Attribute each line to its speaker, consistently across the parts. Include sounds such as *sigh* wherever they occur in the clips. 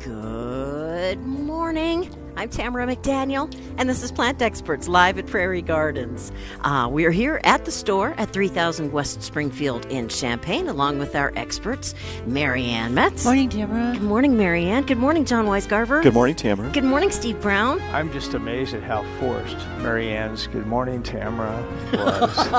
Speaker 1: Good morning. I'm Tamara McDaniel, and this is Plant Experts live at Prairie Gardens. Uh, we are here at the store at 3000 West Springfield in Champaign, along with our experts, Marianne Metz.
Speaker 2: Morning, Deborah.
Speaker 1: Good morning, Marianne. Good morning, John Weisgarver.
Speaker 3: Good morning, Tamara.
Speaker 1: Good morning, Steve Brown.
Speaker 4: I'm just amazed at how forced Marianne's "Good Morning, Tamara" was.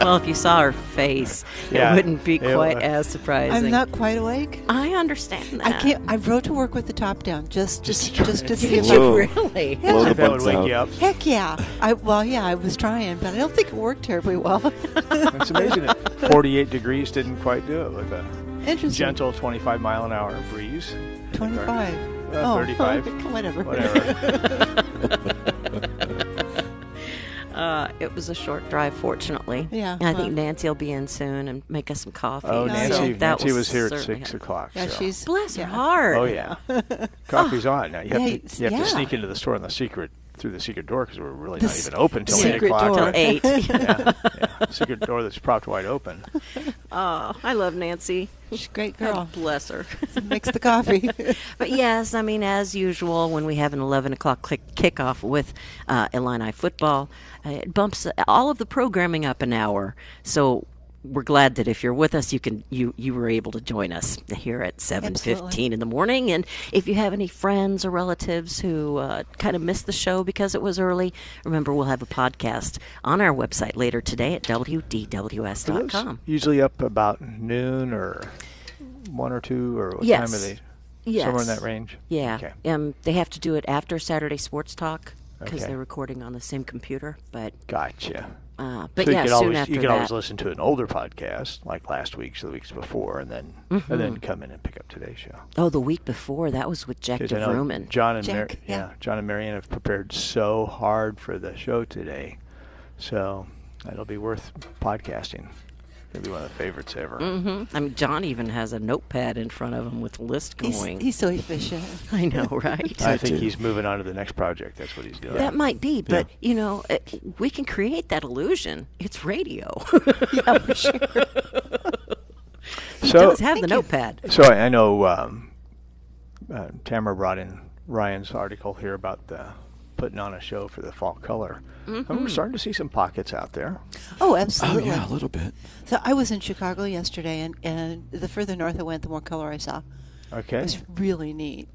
Speaker 1: well, if you saw her face,
Speaker 4: Yeah.
Speaker 1: it wouldn't be
Speaker 4: It
Speaker 1: quite
Speaker 4: was-
Speaker 1: as surprising.
Speaker 2: I'm not quite awake.
Speaker 1: I understand that.
Speaker 2: I
Speaker 1: *laughs*
Speaker 2: can't. I rode to work with the top down just just just to see
Speaker 1: Did *laughs*
Speaker 2: if
Speaker 3: Whoa.
Speaker 2: I,
Speaker 1: you really?
Speaker 3: *laughs*
Speaker 2: Yeah.
Speaker 3: Blow the
Speaker 4: if that would
Speaker 3: bunks
Speaker 4: wake
Speaker 3: out.
Speaker 4: you up.
Speaker 2: heck yeah. I well yeah I was trying, but I don't think it worked terribly well. *laughs*
Speaker 4: It's amazing that 48 degrees didn't quite do it with a
Speaker 2: Interesting.
Speaker 4: gentle 25 mile an hour breeze.
Speaker 2: Twenty five.
Speaker 4: Uh,
Speaker 2: *laughs*
Speaker 4: 35.
Speaker 2: Oh, whatever.
Speaker 4: Whatever.
Speaker 1: Uh, it was a short drive, fortunately.
Speaker 2: Yeah,
Speaker 1: And I think
Speaker 2: well.
Speaker 1: Nancy will be in soon and make us some coffee.
Speaker 4: Oh,
Speaker 2: Yeah.
Speaker 4: Nancy,
Speaker 1: So
Speaker 4: Nancy
Speaker 1: that
Speaker 4: was, here at
Speaker 1: certainly
Speaker 4: 6
Speaker 1: helpful.
Speaker 4: o'clock.
Speaker 2: Yeah,
Speaker 4: so-
Speaker 2: she's
Speaker 1: Bless
Speaker 2: yeah.
Speaker 1: her heart.
Speaker 4: Oh, yeah. Coffee's on. Now, you have,
Speaker 2: Yeah,
Speaker 4: to, you have
Speaker 2: yeah.
Speaker 4: to sneak into the store on the secret, through the secret door because we're really
Speaker 2: The
Speaker 4: not
Speaker 2: s-
Speaker 4: even open till 8
Speaker 2: secret
Speaker 4: o'clock.
Speaker 2: door.
Speaker 1: Till *laughs*
Speaker 4: *laughs*
Speaker 1: eight.
Speaker 4: Yeah, yeah. Secret door that's propped wide open.
Speaker 1: oh, I love Nancy.
Speaker 2: She's a great
Speaker 1: God
Speaker 2: girl.
Speaker 1: bless her.
Speaker 2: *laughs* Makes the coffee.
Speaker 1: But yes, I mean, as usual, when we have an 11 o'clock click kickoff with uh, Illini football, uh, it bumps all of the programming up an hour. So we're glad that if you're with us, you can you you were able to join us here at 7:15 in the morning. And if you have any friends or relatives who uh, kind of missed the show because it was early, remember we'll have a podcast on our website later today at
Speaker 4: Those
Speaker 1: wdws.com.
Speaker 4: Usually up about noon or one or two or what time
Speaker 1: Yes.
Speaker 4: are they?
Speaker 1: Yes.
Speaker 4: Somewhere in that range.
Speaker 1: Yeah.
Speaker 4: Okay.
Speaker 1: Um, they have to do it after Saturday Sports Talk because
Speaker 4: Okay.
Speaker 1: they're recording on the same computer. But
Speaker 4: Gotcha.
Speaker 1: uh, but
Speaker 4: So you
Speaker 1: yeah,
Speaker 4: could
Speaker 1: soon
Speaker 4: always
Speaker 1: after
Speaker 4: you could
Speaker 1: that.
Speaker 4: always listen to an older podcast like last week's or the weeks before, and then and
Speaker 1: Mm-hmm.
Speaker 4: then come in and pick up today's show.
Speaker 1: oh, the week before that was with Jack
Speaker 4: 'Cause I know
Speaker 1: DeVruman.
Speaker 4: John and Mar-
Speaker 2: Jack,
Speaker 4: yeah.
Speaker 2: yeah.
Speaker 4: John and Marianne have prepared so hard for the show today, so it'll be worth podcasting. It'll be one of the favorites ever.
Speaker 1: I mean, John even has a notepad in front of him with a list
Speaker 2: he's,
Speaker 1: going.
Speaker 2: he's so efficient.
Speaker 1: I *laughs* know, right?
Speaker 4: I think
Speaker 3: too.
Speaker 4: he's moving on to the next project. That's what he's doing.
Speaker 1: That might be, but you know, it, we can create that illusion.
Speaker 4: *laughs*
Speaker 1: It's radio. *laughs*
Speaker 2: Yeah, for sure.
Speaker 1: he
Speaker 4: So-
Speaker 1: does have
Speaker 2: Thank
Speaker 1: the
Speaker 2: you.
Speaker 1: notepad.
Speaker 4: So I I know um, uh, Tamara brought in Ryan's article here about the putting on a show for the fall color. And
Speaker 2: Mm-hmm.
Speaker 4: we're starting to see some pockets out there.
Speaker 2: Oh,
Speaker 3: Oh
Speaker 2: absolutely.
Speaker 3: yeah, a little bit.
Speaker 2: So I was in Chicago yesterday, and, and the further north I went, the more color I saw.
Speaker 4: Okay,
Speaker 2: It was really neat.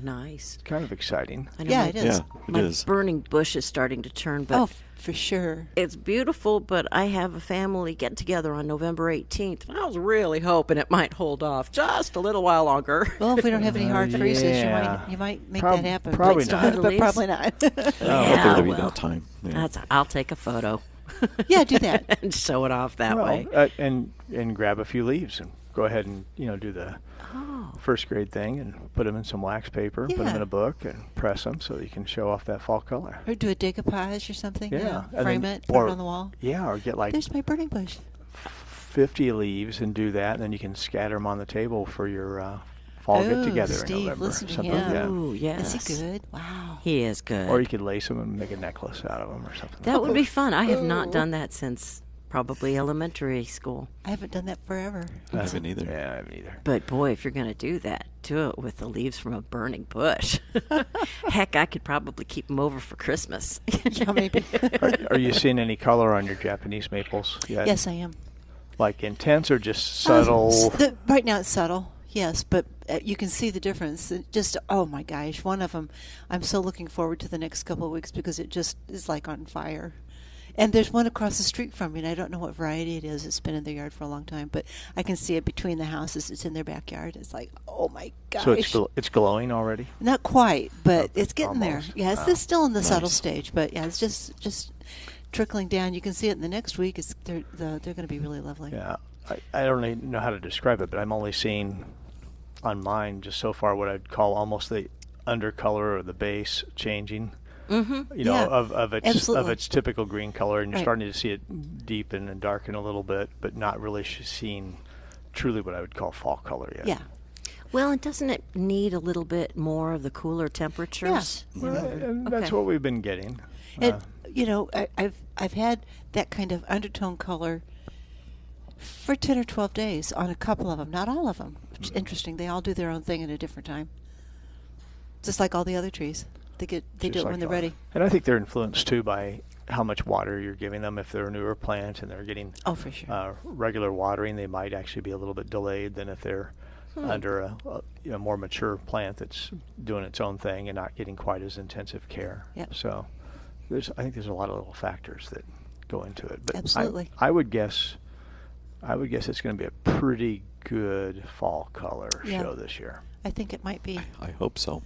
Speaker 1: Nice.
Speaker 4: kind of exciting.
Speaker 1: I know
Speaker 2: Yeah,
Speaker 1: my,
Speaker 2: it
Speaker 3: Yeah,
Speaker 2: is.
Speaker 3: it
Speaker 1: my
Speaker 3: is.
Speaker 1: burning bush is starting to turn, but
Speaker 2: Oh, f- for sure.
Speaker 1: it's beautiful, but I have a family get together on November 18th. And I was really hoping it might hold off just a little while longer.
Speaker 2: Well, if we don't have any hard freezes,
Speaker 4: yeah.
Speaker 2: you might you might make
Speaker 4: Prob-
Speaker 2: that happen.
Speaker 4: probably
Speaker 2: but,
Speaker 4: not.
Speaker 2: but probably not.
Speaker 4: Oh,
Speaker 3: I
Speaker 1: *laughs* yeah,
Speaker 3: think there'll be
Speaker 1: well,
Speaker 3: no time. Yeah.
Speaker 1: that's, I'll take a photo
Speaker 2: *laughs* yeah, do that.
Speaker 1: *laughs* and show it off that
Speaker 4: Well,
Speaker 1: way.
Speaker 4: uh, and and grab a few leaves and go ahead and you know do the first grade thing and put them in some wax paper, put them
Speaker 2: Oh. Yeah.
Speaker 4: in a book, and press them so that you can show off that fall color.
Speaker 2: Or do a decoupage or something.
Speaker 4: Yeah,
Speaker 2: you know,
Speaker 4: and then-
Speaker 2: uh, frame it,
Speaker 4: or-
Speaker 2: put it on the wall.
Speaker 4: Yeah, or get like
Speaker 2: There's my burning bush.
Speaker 4: 50 leaves and do that, and then you can scatter them on the table for your uh, fall
Speaker 2: Oh,
Speaker 4: get together in
Speaker 2: Steve,
Speaker 4: November.
Speaker 2: listen to
Speaker 4: something like
Speaker 2: him.
Speaker 4: that.
Speaker 1: Ooh, yes.
Speaker 2: Is he good? Wow.
Speaker 1: He is good.
Speaker 4: uh, Or you could lace them and make a necklace out of them or something.
Speaker 1: that would be fun. I have
Speaker 4: Oh.
Speaker 1: not done that since probably elementary school.
Speaker 2: I haven't done that forever.
Speaker 3: I haven't either.
Speaker 4: Yeah, I haven't either.
Speaker 1: But boy, if you're going to do that, do it with the leaves from a burning bush. *laughs* Heck, I could probably keep them over for Christmas.
Speaker 2: Yeah,
Speaker 1: *laughs*
Speaker 2: maybe.
Speaker 4: Are, are you seeing any color on your Japanese maples yet?
Speaker 2: yes, I am.
Speaker 4: Like intense or just
Speaker 2: Um,
Speaker 4: subtle?
Speaker 2: s- the- right now it's subtle, yes, but uh, you can see the difference. It just oh my gosh, one of them. I'm so looking forward to the next couple of weeks because it just is like on fire. And there's one across the street from me, and I don't know what variety it is. It's been in their yard for a long time, but I can see it between the houses. It's in their backyard. It's like oh my gosh,
Speaker 4: so it's gl- it's glowing already.
Speaker 2: not quite, but it's getting
Speaker 4: almost.
Speaker 2: there. Yeah, it's it's still in the subtle stage, but yeah, it's just just trickling down. You can see it in the next week. It's they're the, they're going to be really lovely.
Speaker 4: Yeah. I, I don't really know how to describe it, but I'm only seeing on mine just so far what I'd call almost the undercolor or the base changing. Mm-hmm. You know,
Speaker 2: Yeah,
Speaker 4: of, of its of
Speaker 2: absolutely.
Speaker 4: its typical green color, and you're
Speaker 2: Right.
Speaker 4: starting to see it deepen and darken a little bit, but not really sh- seeing truly what I would call fall color yet.
Speaker 2: Yeah.
Speaker 1: Well, and doesn't it need a little bit more of the cooler temperatures?
Speaker 4: Well, and that's
Speaker 1: Okay.
Speaker 4: what we've been getting.
Speaker 2: And you know, I, I've I've had that kind of undertone color for ten or twelve days on a couple of them, not all of them.
Speaker 3: Mm.
Speaker 2: It's interesting. They all do their own thing at a different time, just like all the other trees. They get they do
Speaker 4: just
Speaker 2: it
Speaker 4: like
Speaker 2: when they're
Speaker 4: that.
Speaker 2: ready.
Speaker 4: And I think they're influenced too by how much water you're giving them. If they're a newer plant and they're getting
Speaker 2: Oh, for sure.
Speaker 4: uh, regular watering, they might actually be a little bit delayed than if they're
Speaker 2: Hmm.
Speaker 4: under a, a you know, more mature plant that's doing its own thing and not getting quite as intensive care.
Speaker 2: Yep.
Speaker 4: So there's I think there's a lot of little factors that go into it. But I-
Speaker 2: Absolutely.
Speaker 4: I, would guess I would guess it's going to be a pretty good fall color
Speaker 2: Yeah.
Speaker 4: show this year.
Speaker 2: I think it might be.
Speaker 3: I hope so.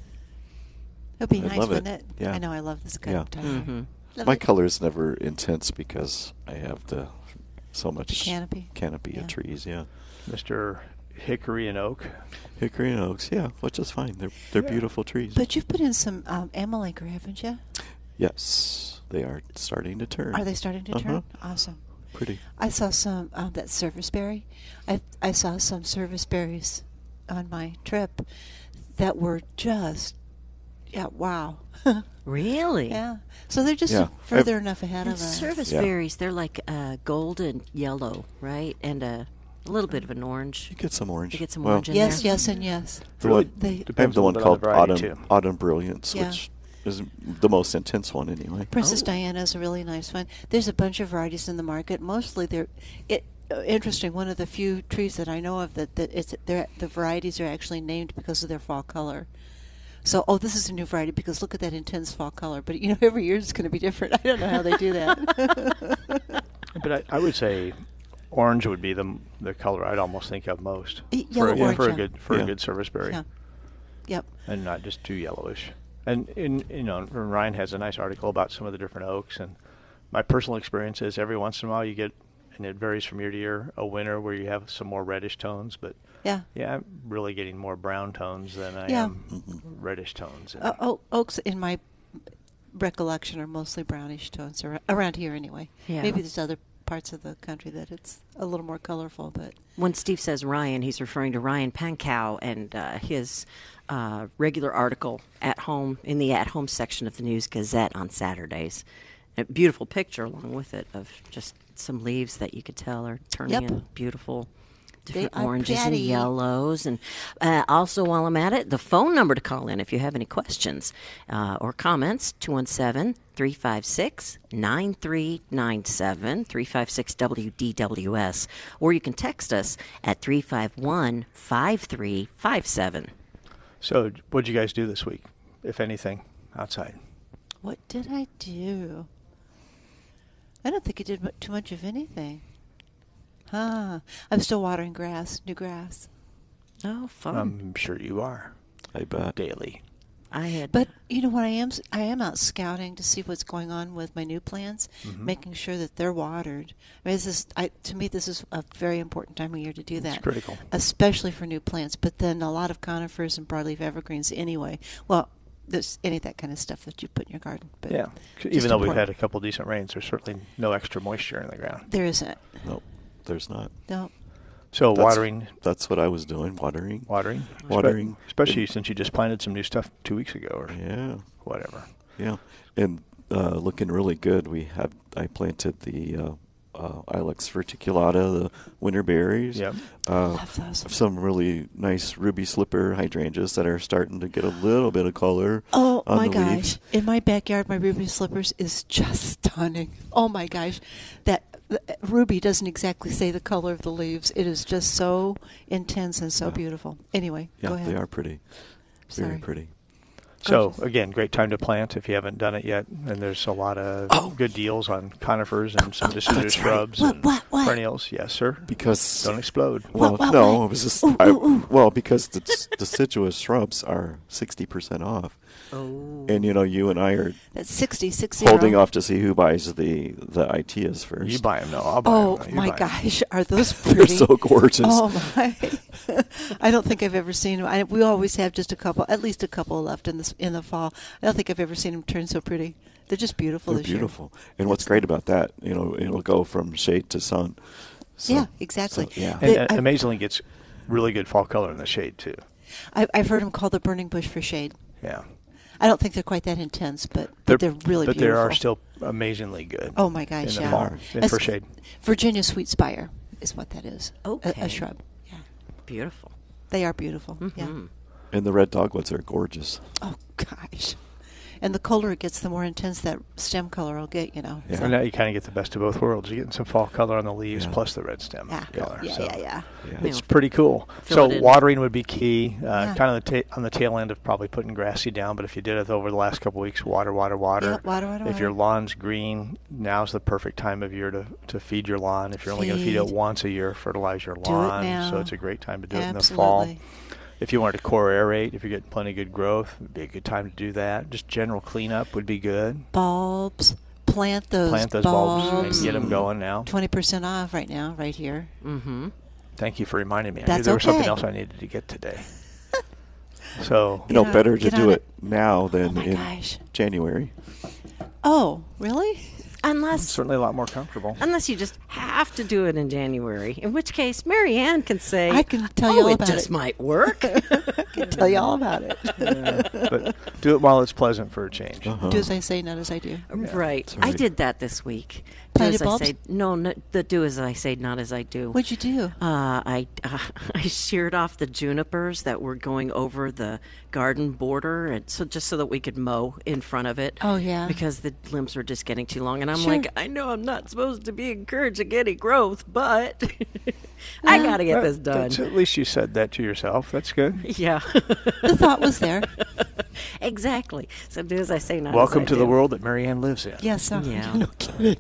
Speaker 2: It'll be
Speaker 3: I
Speaker 2: nice,
Speaker 3: love it.
Speaker 2: wouldn't it?
Speaker 3: Yeah.
Speaker 2: I know. I love this kind
Speaker 3: Yeah.
Speaker 2: of time. Love
Speaker 3: My
Speaker 2: it.
Speaker 3: color is never intense because I have the so much
Speaker 2: canopy?
Speaker 3: canopy
Speaker 2: Yeah.
Speaker 3: of trees. Yeah,
Speaker 4: Mr. Hickory and Oak.
Speaker 3: hickory and oaks. Yeah, which is fine. They're they're
Speaker 4: Yeah.
Speaker 3: beautiful trees.
Speaker 2: But you've put in some um, amelanker, haven't you?
Speaker 3: yes, they are starting to turn.
Speaker 2: Are they starting to turn?
Speaker 3: Uh-huh.
Speaker 2: Awesome.
Speaker 3: Pretty.
Speaker 2: I saw some um, that service berry. I I saw some service berries on my trip that were just yeah wow *laughs*
Speaker 1: Really?
Speaker 2: yeah. So they're just
Speaker 3: Yeah.
Speaker 2: further
Speaker 3: I've-
Speaker 2: enough ahead
Speaker 1: And
Speaker 2: of us.
Speaker 1: service
Speaker 3: Yeah.
Speaker 1: berries, they're like uh, golden yellow, right? And a, a little bit of an orange.
Speaker 3: You get some orange.
Speaker 1: You get some
Speaker 3: Well,
Speaker 1: orange in there.
Speaker 2: yes, yes, and yes.
Speaker 3: The one,
Speaker 2: They-
Speaker 3: I have
Speaker 4: Depends
Speaker 3: the
Speaker 4: a
Speaker 3: one
Speaker 4: little bit on the
Speaker 3: called Autumn
Speaker 4: variety, too.
Speaker 3: Autumn Brilliance,
Speaker 2: Yeah.
Speaker 3: which is the most intense one anyway.
Speaker 4: Oh.
Speaker 2: Princess Diana is a really nice one. There's a bunch of varieties in the market. Mostly they're it, uh, interesting. One of the few trees that I know of that, that it's they're, the varieties are actually named because of their fall color. So, oh, this is a new variety because look at that intense fall color. But you know, *laughs* every year it's going to be different. I don't know how they do that.
Speaker 4: *laughs* But I, I would say orange would be the m- the color I'd almost think of most
Speaker 2: Y-
Speaker 4: for, a,
Speaker 2: yellow orange,
Speaker 4: for a
Speaker 2: yeah.
Speaker 4: good for
Speaker 3: Yeah.
Speaker 4: a good service berry,
Speaker 2: yeah. Yep.
Speaker 4: and not just too yellowish. And in you know, and Ryan has a nice article about some of the different oaks. And my personal experience is every once in a while you get, and it varies from year to year, a winter where you have some more reddish tones. But
Speaker 2: Yeah.
Speaker 4: yeah, I'm really getting more brown tones than I
Speaker 2: Yeah.
Speaker 4: am reddish tones.
Speaker 2: Uh, o- oaks in my recollection are mostly brownish tones ar- around here anyway.
Speaker 1: Yeah.
Speaker 2: Maybe there's other parts of the country that it's a little more colorful, but
Speaker 1: When Steve says Ryan, he's referring to Ryan Pankow and uh, his uh, regular article at home in the at home section of the News Gazette on Saturdays. A beautiful picture along with it of just some leaves that you could tell are turning
Speaker 2: Yep.
Speaker 1: in beautiful different
Speaker 2: are
Speaker 1: oranges
Speaker 2: pretty.
Speaker 1: and yellows. And uh, also, while I'm at it, the phone number to call in if you have any questions uh, or comments 217 356 9397 356 WDWS. Or you can text us at 351 5357.
Speaker 4: So what'd you guys do this week, if anything, outside?
Speaker 2: what did I do? I don't think I did mu- too much of anything. Huh. I'm still watering grass, new grass.
Speaker 1: Oh,
Speaker 2: Um,
Speaker 1: fun.
Speaker 4: I'm sure you are
Speaker 3: I bet.
Speaker 4: daily.
Speaker 1: I had.
Speaker 2: But you know what I am s- I am out scouting to see what's going on with my new plants,
Speaker 4: Mm-hmm.
Speaker 2: making sure that they're watered. I mean, this is I, to me this is a very important time of year to do that.
Speaker 4: critical.
Speaker 2: especially for new plants. But then a lot of conifers and broadleaf evergreens anyway. Well, there's any of that kind of stuff that you put in your garden. But
Speaker 4: Yeah, c-
Speaker 2: just
Speaker 4: even though we've had a
Speaker 2: important.
Speaker 4: couple decent rains, there's certainly no extra moisture in the ground.
Speaker 2: there isn't
Speaker 3: No, there's not.
Speaker 2: no.
Speaker 4: So
Speaker 3: That's-
Speaker 4: watering,
Speaker 3: That's what I was doing. Watering.
Speaker 4: watering, Spe-
Speaker 3: Watering.
Speaker 4: especially since you just planted some new stuff two weeks ago or
Speaker 3: Yeah,
Speaker 4: whatever.
Speaker 3: yeah, and uh, looking really good. We have. I planted the uh, uh, Ilex verticulata, the winter berries.
Speaker 4: Yep.
Speaker 3: Uh,
Speaker 2: Love those.
Speaker 3: some really nice ruby slipper hydrangeas that are starting to get a little bit of color.
Speaker 2: Oh
Speaker 3: on
Speaker 2: my
Speaker 3: the
Speaker 2: gosh!
Speaker 3: leaves.
Speaker 2: In my backyard, my ruby slippers is just stunning. Oh my gosh, that, that ruby doesn't exactly say the color of the leaves. It is just so intense and so
Speaker 3: Yeah.
Speaker 2: beautiful. Anyway,
Speaker 3: Yeah,
Speaker 2: go ahead.
Speaker 3: they are pretty. Very
Speaker 2: Sorry.
Speaker 3: pretty.
Speaker 4: So again, great time to plant if you haven't done it yet. And there's a lot of good deals on conifers and some deciduous
Speaker 3: that's right.
Speaker 4: shrubs
Speaker 2: Oh. What,
Speaker 4: and
Speaker 2: what, what?
Speaker 4: perennials. Yes, sir.
Speaker 3: because
Speaker 4: Don't explode.
Speaker 3: well,
Speaker 2: Wha- wha-
Speaker 3: no,
Speaker 2: what?
Speaker 3: it was just
Speaker 2: Ooh,
Speaker 3: I,
Speaker 2: ooh, ooh.
Speaker 3: well because the s- deciduous shrubs are sixty percent off,
Speaker 1: Oh.
Speaker 3: and you know you and I are
Speaker 2: That's 60, 60.
Speaker 3: holding off to see who buys the the ITs first.
Speaker 4: You buy them, no. I'll buy 'em,
Speaker 2: Oh
Speaker 4: no, you
Speaker 2: my
Speaker 4: buy 'em.
Speaker 2: gosh, are those
Speaker 3: *laughs* They're
Speaker 2: pretty?
Speaker 3: so gorgeous.
Speaker 2: Oh my! *laughs* I don't think I've ever seen them. I, we always have just a couple, at least a couple left in this in the fall. I don't think I've ever seen them turn so pretty. They're just beautiful
Speaker 3: They're
Speaker 2: this
Speaker 3: beautiful. And what's great about that, you know, it'll go from shade to sun. So-
Speaker 2: year. Yeah, exactly.
Speaker 3: so, yeah.
Speaker 4: And
Speaker 2: They-
Speaker 4: uh,
Speaker 2: I-
Speaker 4: amazingly gets really good fall color in the shade too.
Speaker 2: I, I've heard them called the burning bush for shade.
Speaker 4: Yeah.
Speaker 2: I don't think they're quite that intense, but, but they're, really
Speaker 4: But
Speaker 2: beautiful.
Speaker 4: they are still amazingly good.
Speaker 2: Oh my gosh!
Speaker 4: in the
Speaker 2: yeah.
Speaker 4: fall, in
Speaker 2: That's
Speaker 4: for shade.
Speaker 2: Virginia sweet spire is what that is. A- A,
Speaker 1: Okay.
Speaker 2: shrub. Yeah,
Speaker 1: Beautiful. Mm-hmm.
Speaker 2: they are beautiful. Yeah.
Speaker 3: And the red dogwoods are gorgeous.
Speaker 2: Oh gosh. And the colder it gets, the more intense that stem color will get, you know.
Speaker 3: Yeah.
Speaker 2: So-
Speaker 4: And now you kind of get the best of both worlds. You're getting some fall color on the leaves
Speaker 3: Yeah.
Speaker 4: plus the red stem
Speaker 2: yeah.
Speaker 4: color.
Speaker 2: Yeah,
Speaker 4: so
Speaker 2: yeah, yeah.
Speaker 3: Yeah.
Speaker 1: Yeah.
Speaker 4: It's pretty cool.
Speaker 1: Fill it
Speaker 4: so
Speaker 1: in.
Speaker 4: watering would be key. Uh,
Speaker 2: Yeah.
Speaker 4: Kind of the ta- on the tail end of probably putting grass seed down. But if you did it over the last couple weeks, water, water, water.
Speaker 2: Yeah, water, water,
Speaker 4: If
Speaker 2: water.
Speaker 4: your lawn's green, now's the perfect time of year to, to feed your lawn. If you're only going to feed it
Speaker 2: Feed.
Speaker 4: once a year, fertilize your
Speaker 2: Do it
Speaker 4: lawn. So
Speaker 2: now.
Speaker 4: it's a great time to do it in the
Speaker 2: Absolutely.
Speaker 4: fall. If you wanted to core aerate, if you're getting plenty of good growth, it'd be a good time to do that. Just general cleanup would be good.
Speaker 2: Bulbs. Plant those
Speaker 4: Plant those
Speaker 2: bulbs.
Speaker 4: bulbs and get them going now.
Speaker 2: 20% off right now, right here. *laughs*
Speaker 1: Mm-hmm.
Speaker 4: Thank you for reminding me. I knew
Speaker 2: That's
Speaker 4: there was something
Speaker 2: okay.
Speaker 4: else I needed to get
Speaker 1: *laughs*
Speaker 4: today. so
Speaker 3: You know,
Speaker 2: Yeah,
Speaker 3: better to
Speaker 2: get
Speaker 3: do
Speaker 2: on
Speaker 3: it,
Speaker 2: it.
Speaker 3: now than
Speaker 2: Oh my
Speaker 3: in
Speaker 2: gosh.
Speaker 3: January.
Speaker 2: Oh, really?
Speaker 1: Unless
Speaker 4: certainly a lot more comfortable.
Speaker 1: unless you just have to do it in January, in which case Marianne can say,
Speaker 2: I can tell
Speaker 1: oh,
Speaker 2: you all
Speaker 1: it
Speaker 2: about
Speaker 1: just
Speaker 2: it."
Speaker 1: might
Speaker 2: *laughs*
Speaker 1: work."
Speaker 2: I can tell you all about
Speaker 1: *laughs*
Speaker 2: it.
Speaker 4: *laughs* but do it while it's pleasant for a change.
Speaker 2: *laughs*
Speaker 3: Uh-huh.
Speaker 1: uh,
Speaker 2: Do as I say, not as I
Speaker 1: *laughs*
Speaker 2: do.
Speaker 1: right.
Speaker 3: right.
Speaker 1: I did that this week.
Speaker 2: Planted
Speaker 1: do as
Speaker 2: bulbs?
Speaker 1: I say, no, no, the do as I say, not as I do.
Speaker 2: What'd you do?
Speaker 1: Uh, I *laughs* uh, I sheared off the junipers that were going over the garden border, and so just so that we could mow in front of it.
Speaker 2: Oh, yeah.
Speaker 1: because the limbs were just getting too long, and I'm
Speaker 2: Sure.
Speaker 1: like, I know I'm not supposed to be encouraging any growth, but *laughs* I got to get this
Speaker 4: Well,
Speaker 1: done.
Speaker 4: that's- At least you said that to yourself. That's
Speaker 2: *laughs*
Speaker 1: *laughs*
Speaker 4: good.
Speaker 1: Yeah,
Speaker 2: The thought was
Speaker 1: *laughs*
Speaker 2: there.
Speaker 1: exactly. So do as I say, not
Speaker 4: Welcome
Speaker 1: as I
Speaker 4: to the
Speaker 1: do.
Speaker 4: world that Marianne lives in.
Speaker 2: Yes, uh,
Speaker 1: Yeah.
Speaker 2: no kidding.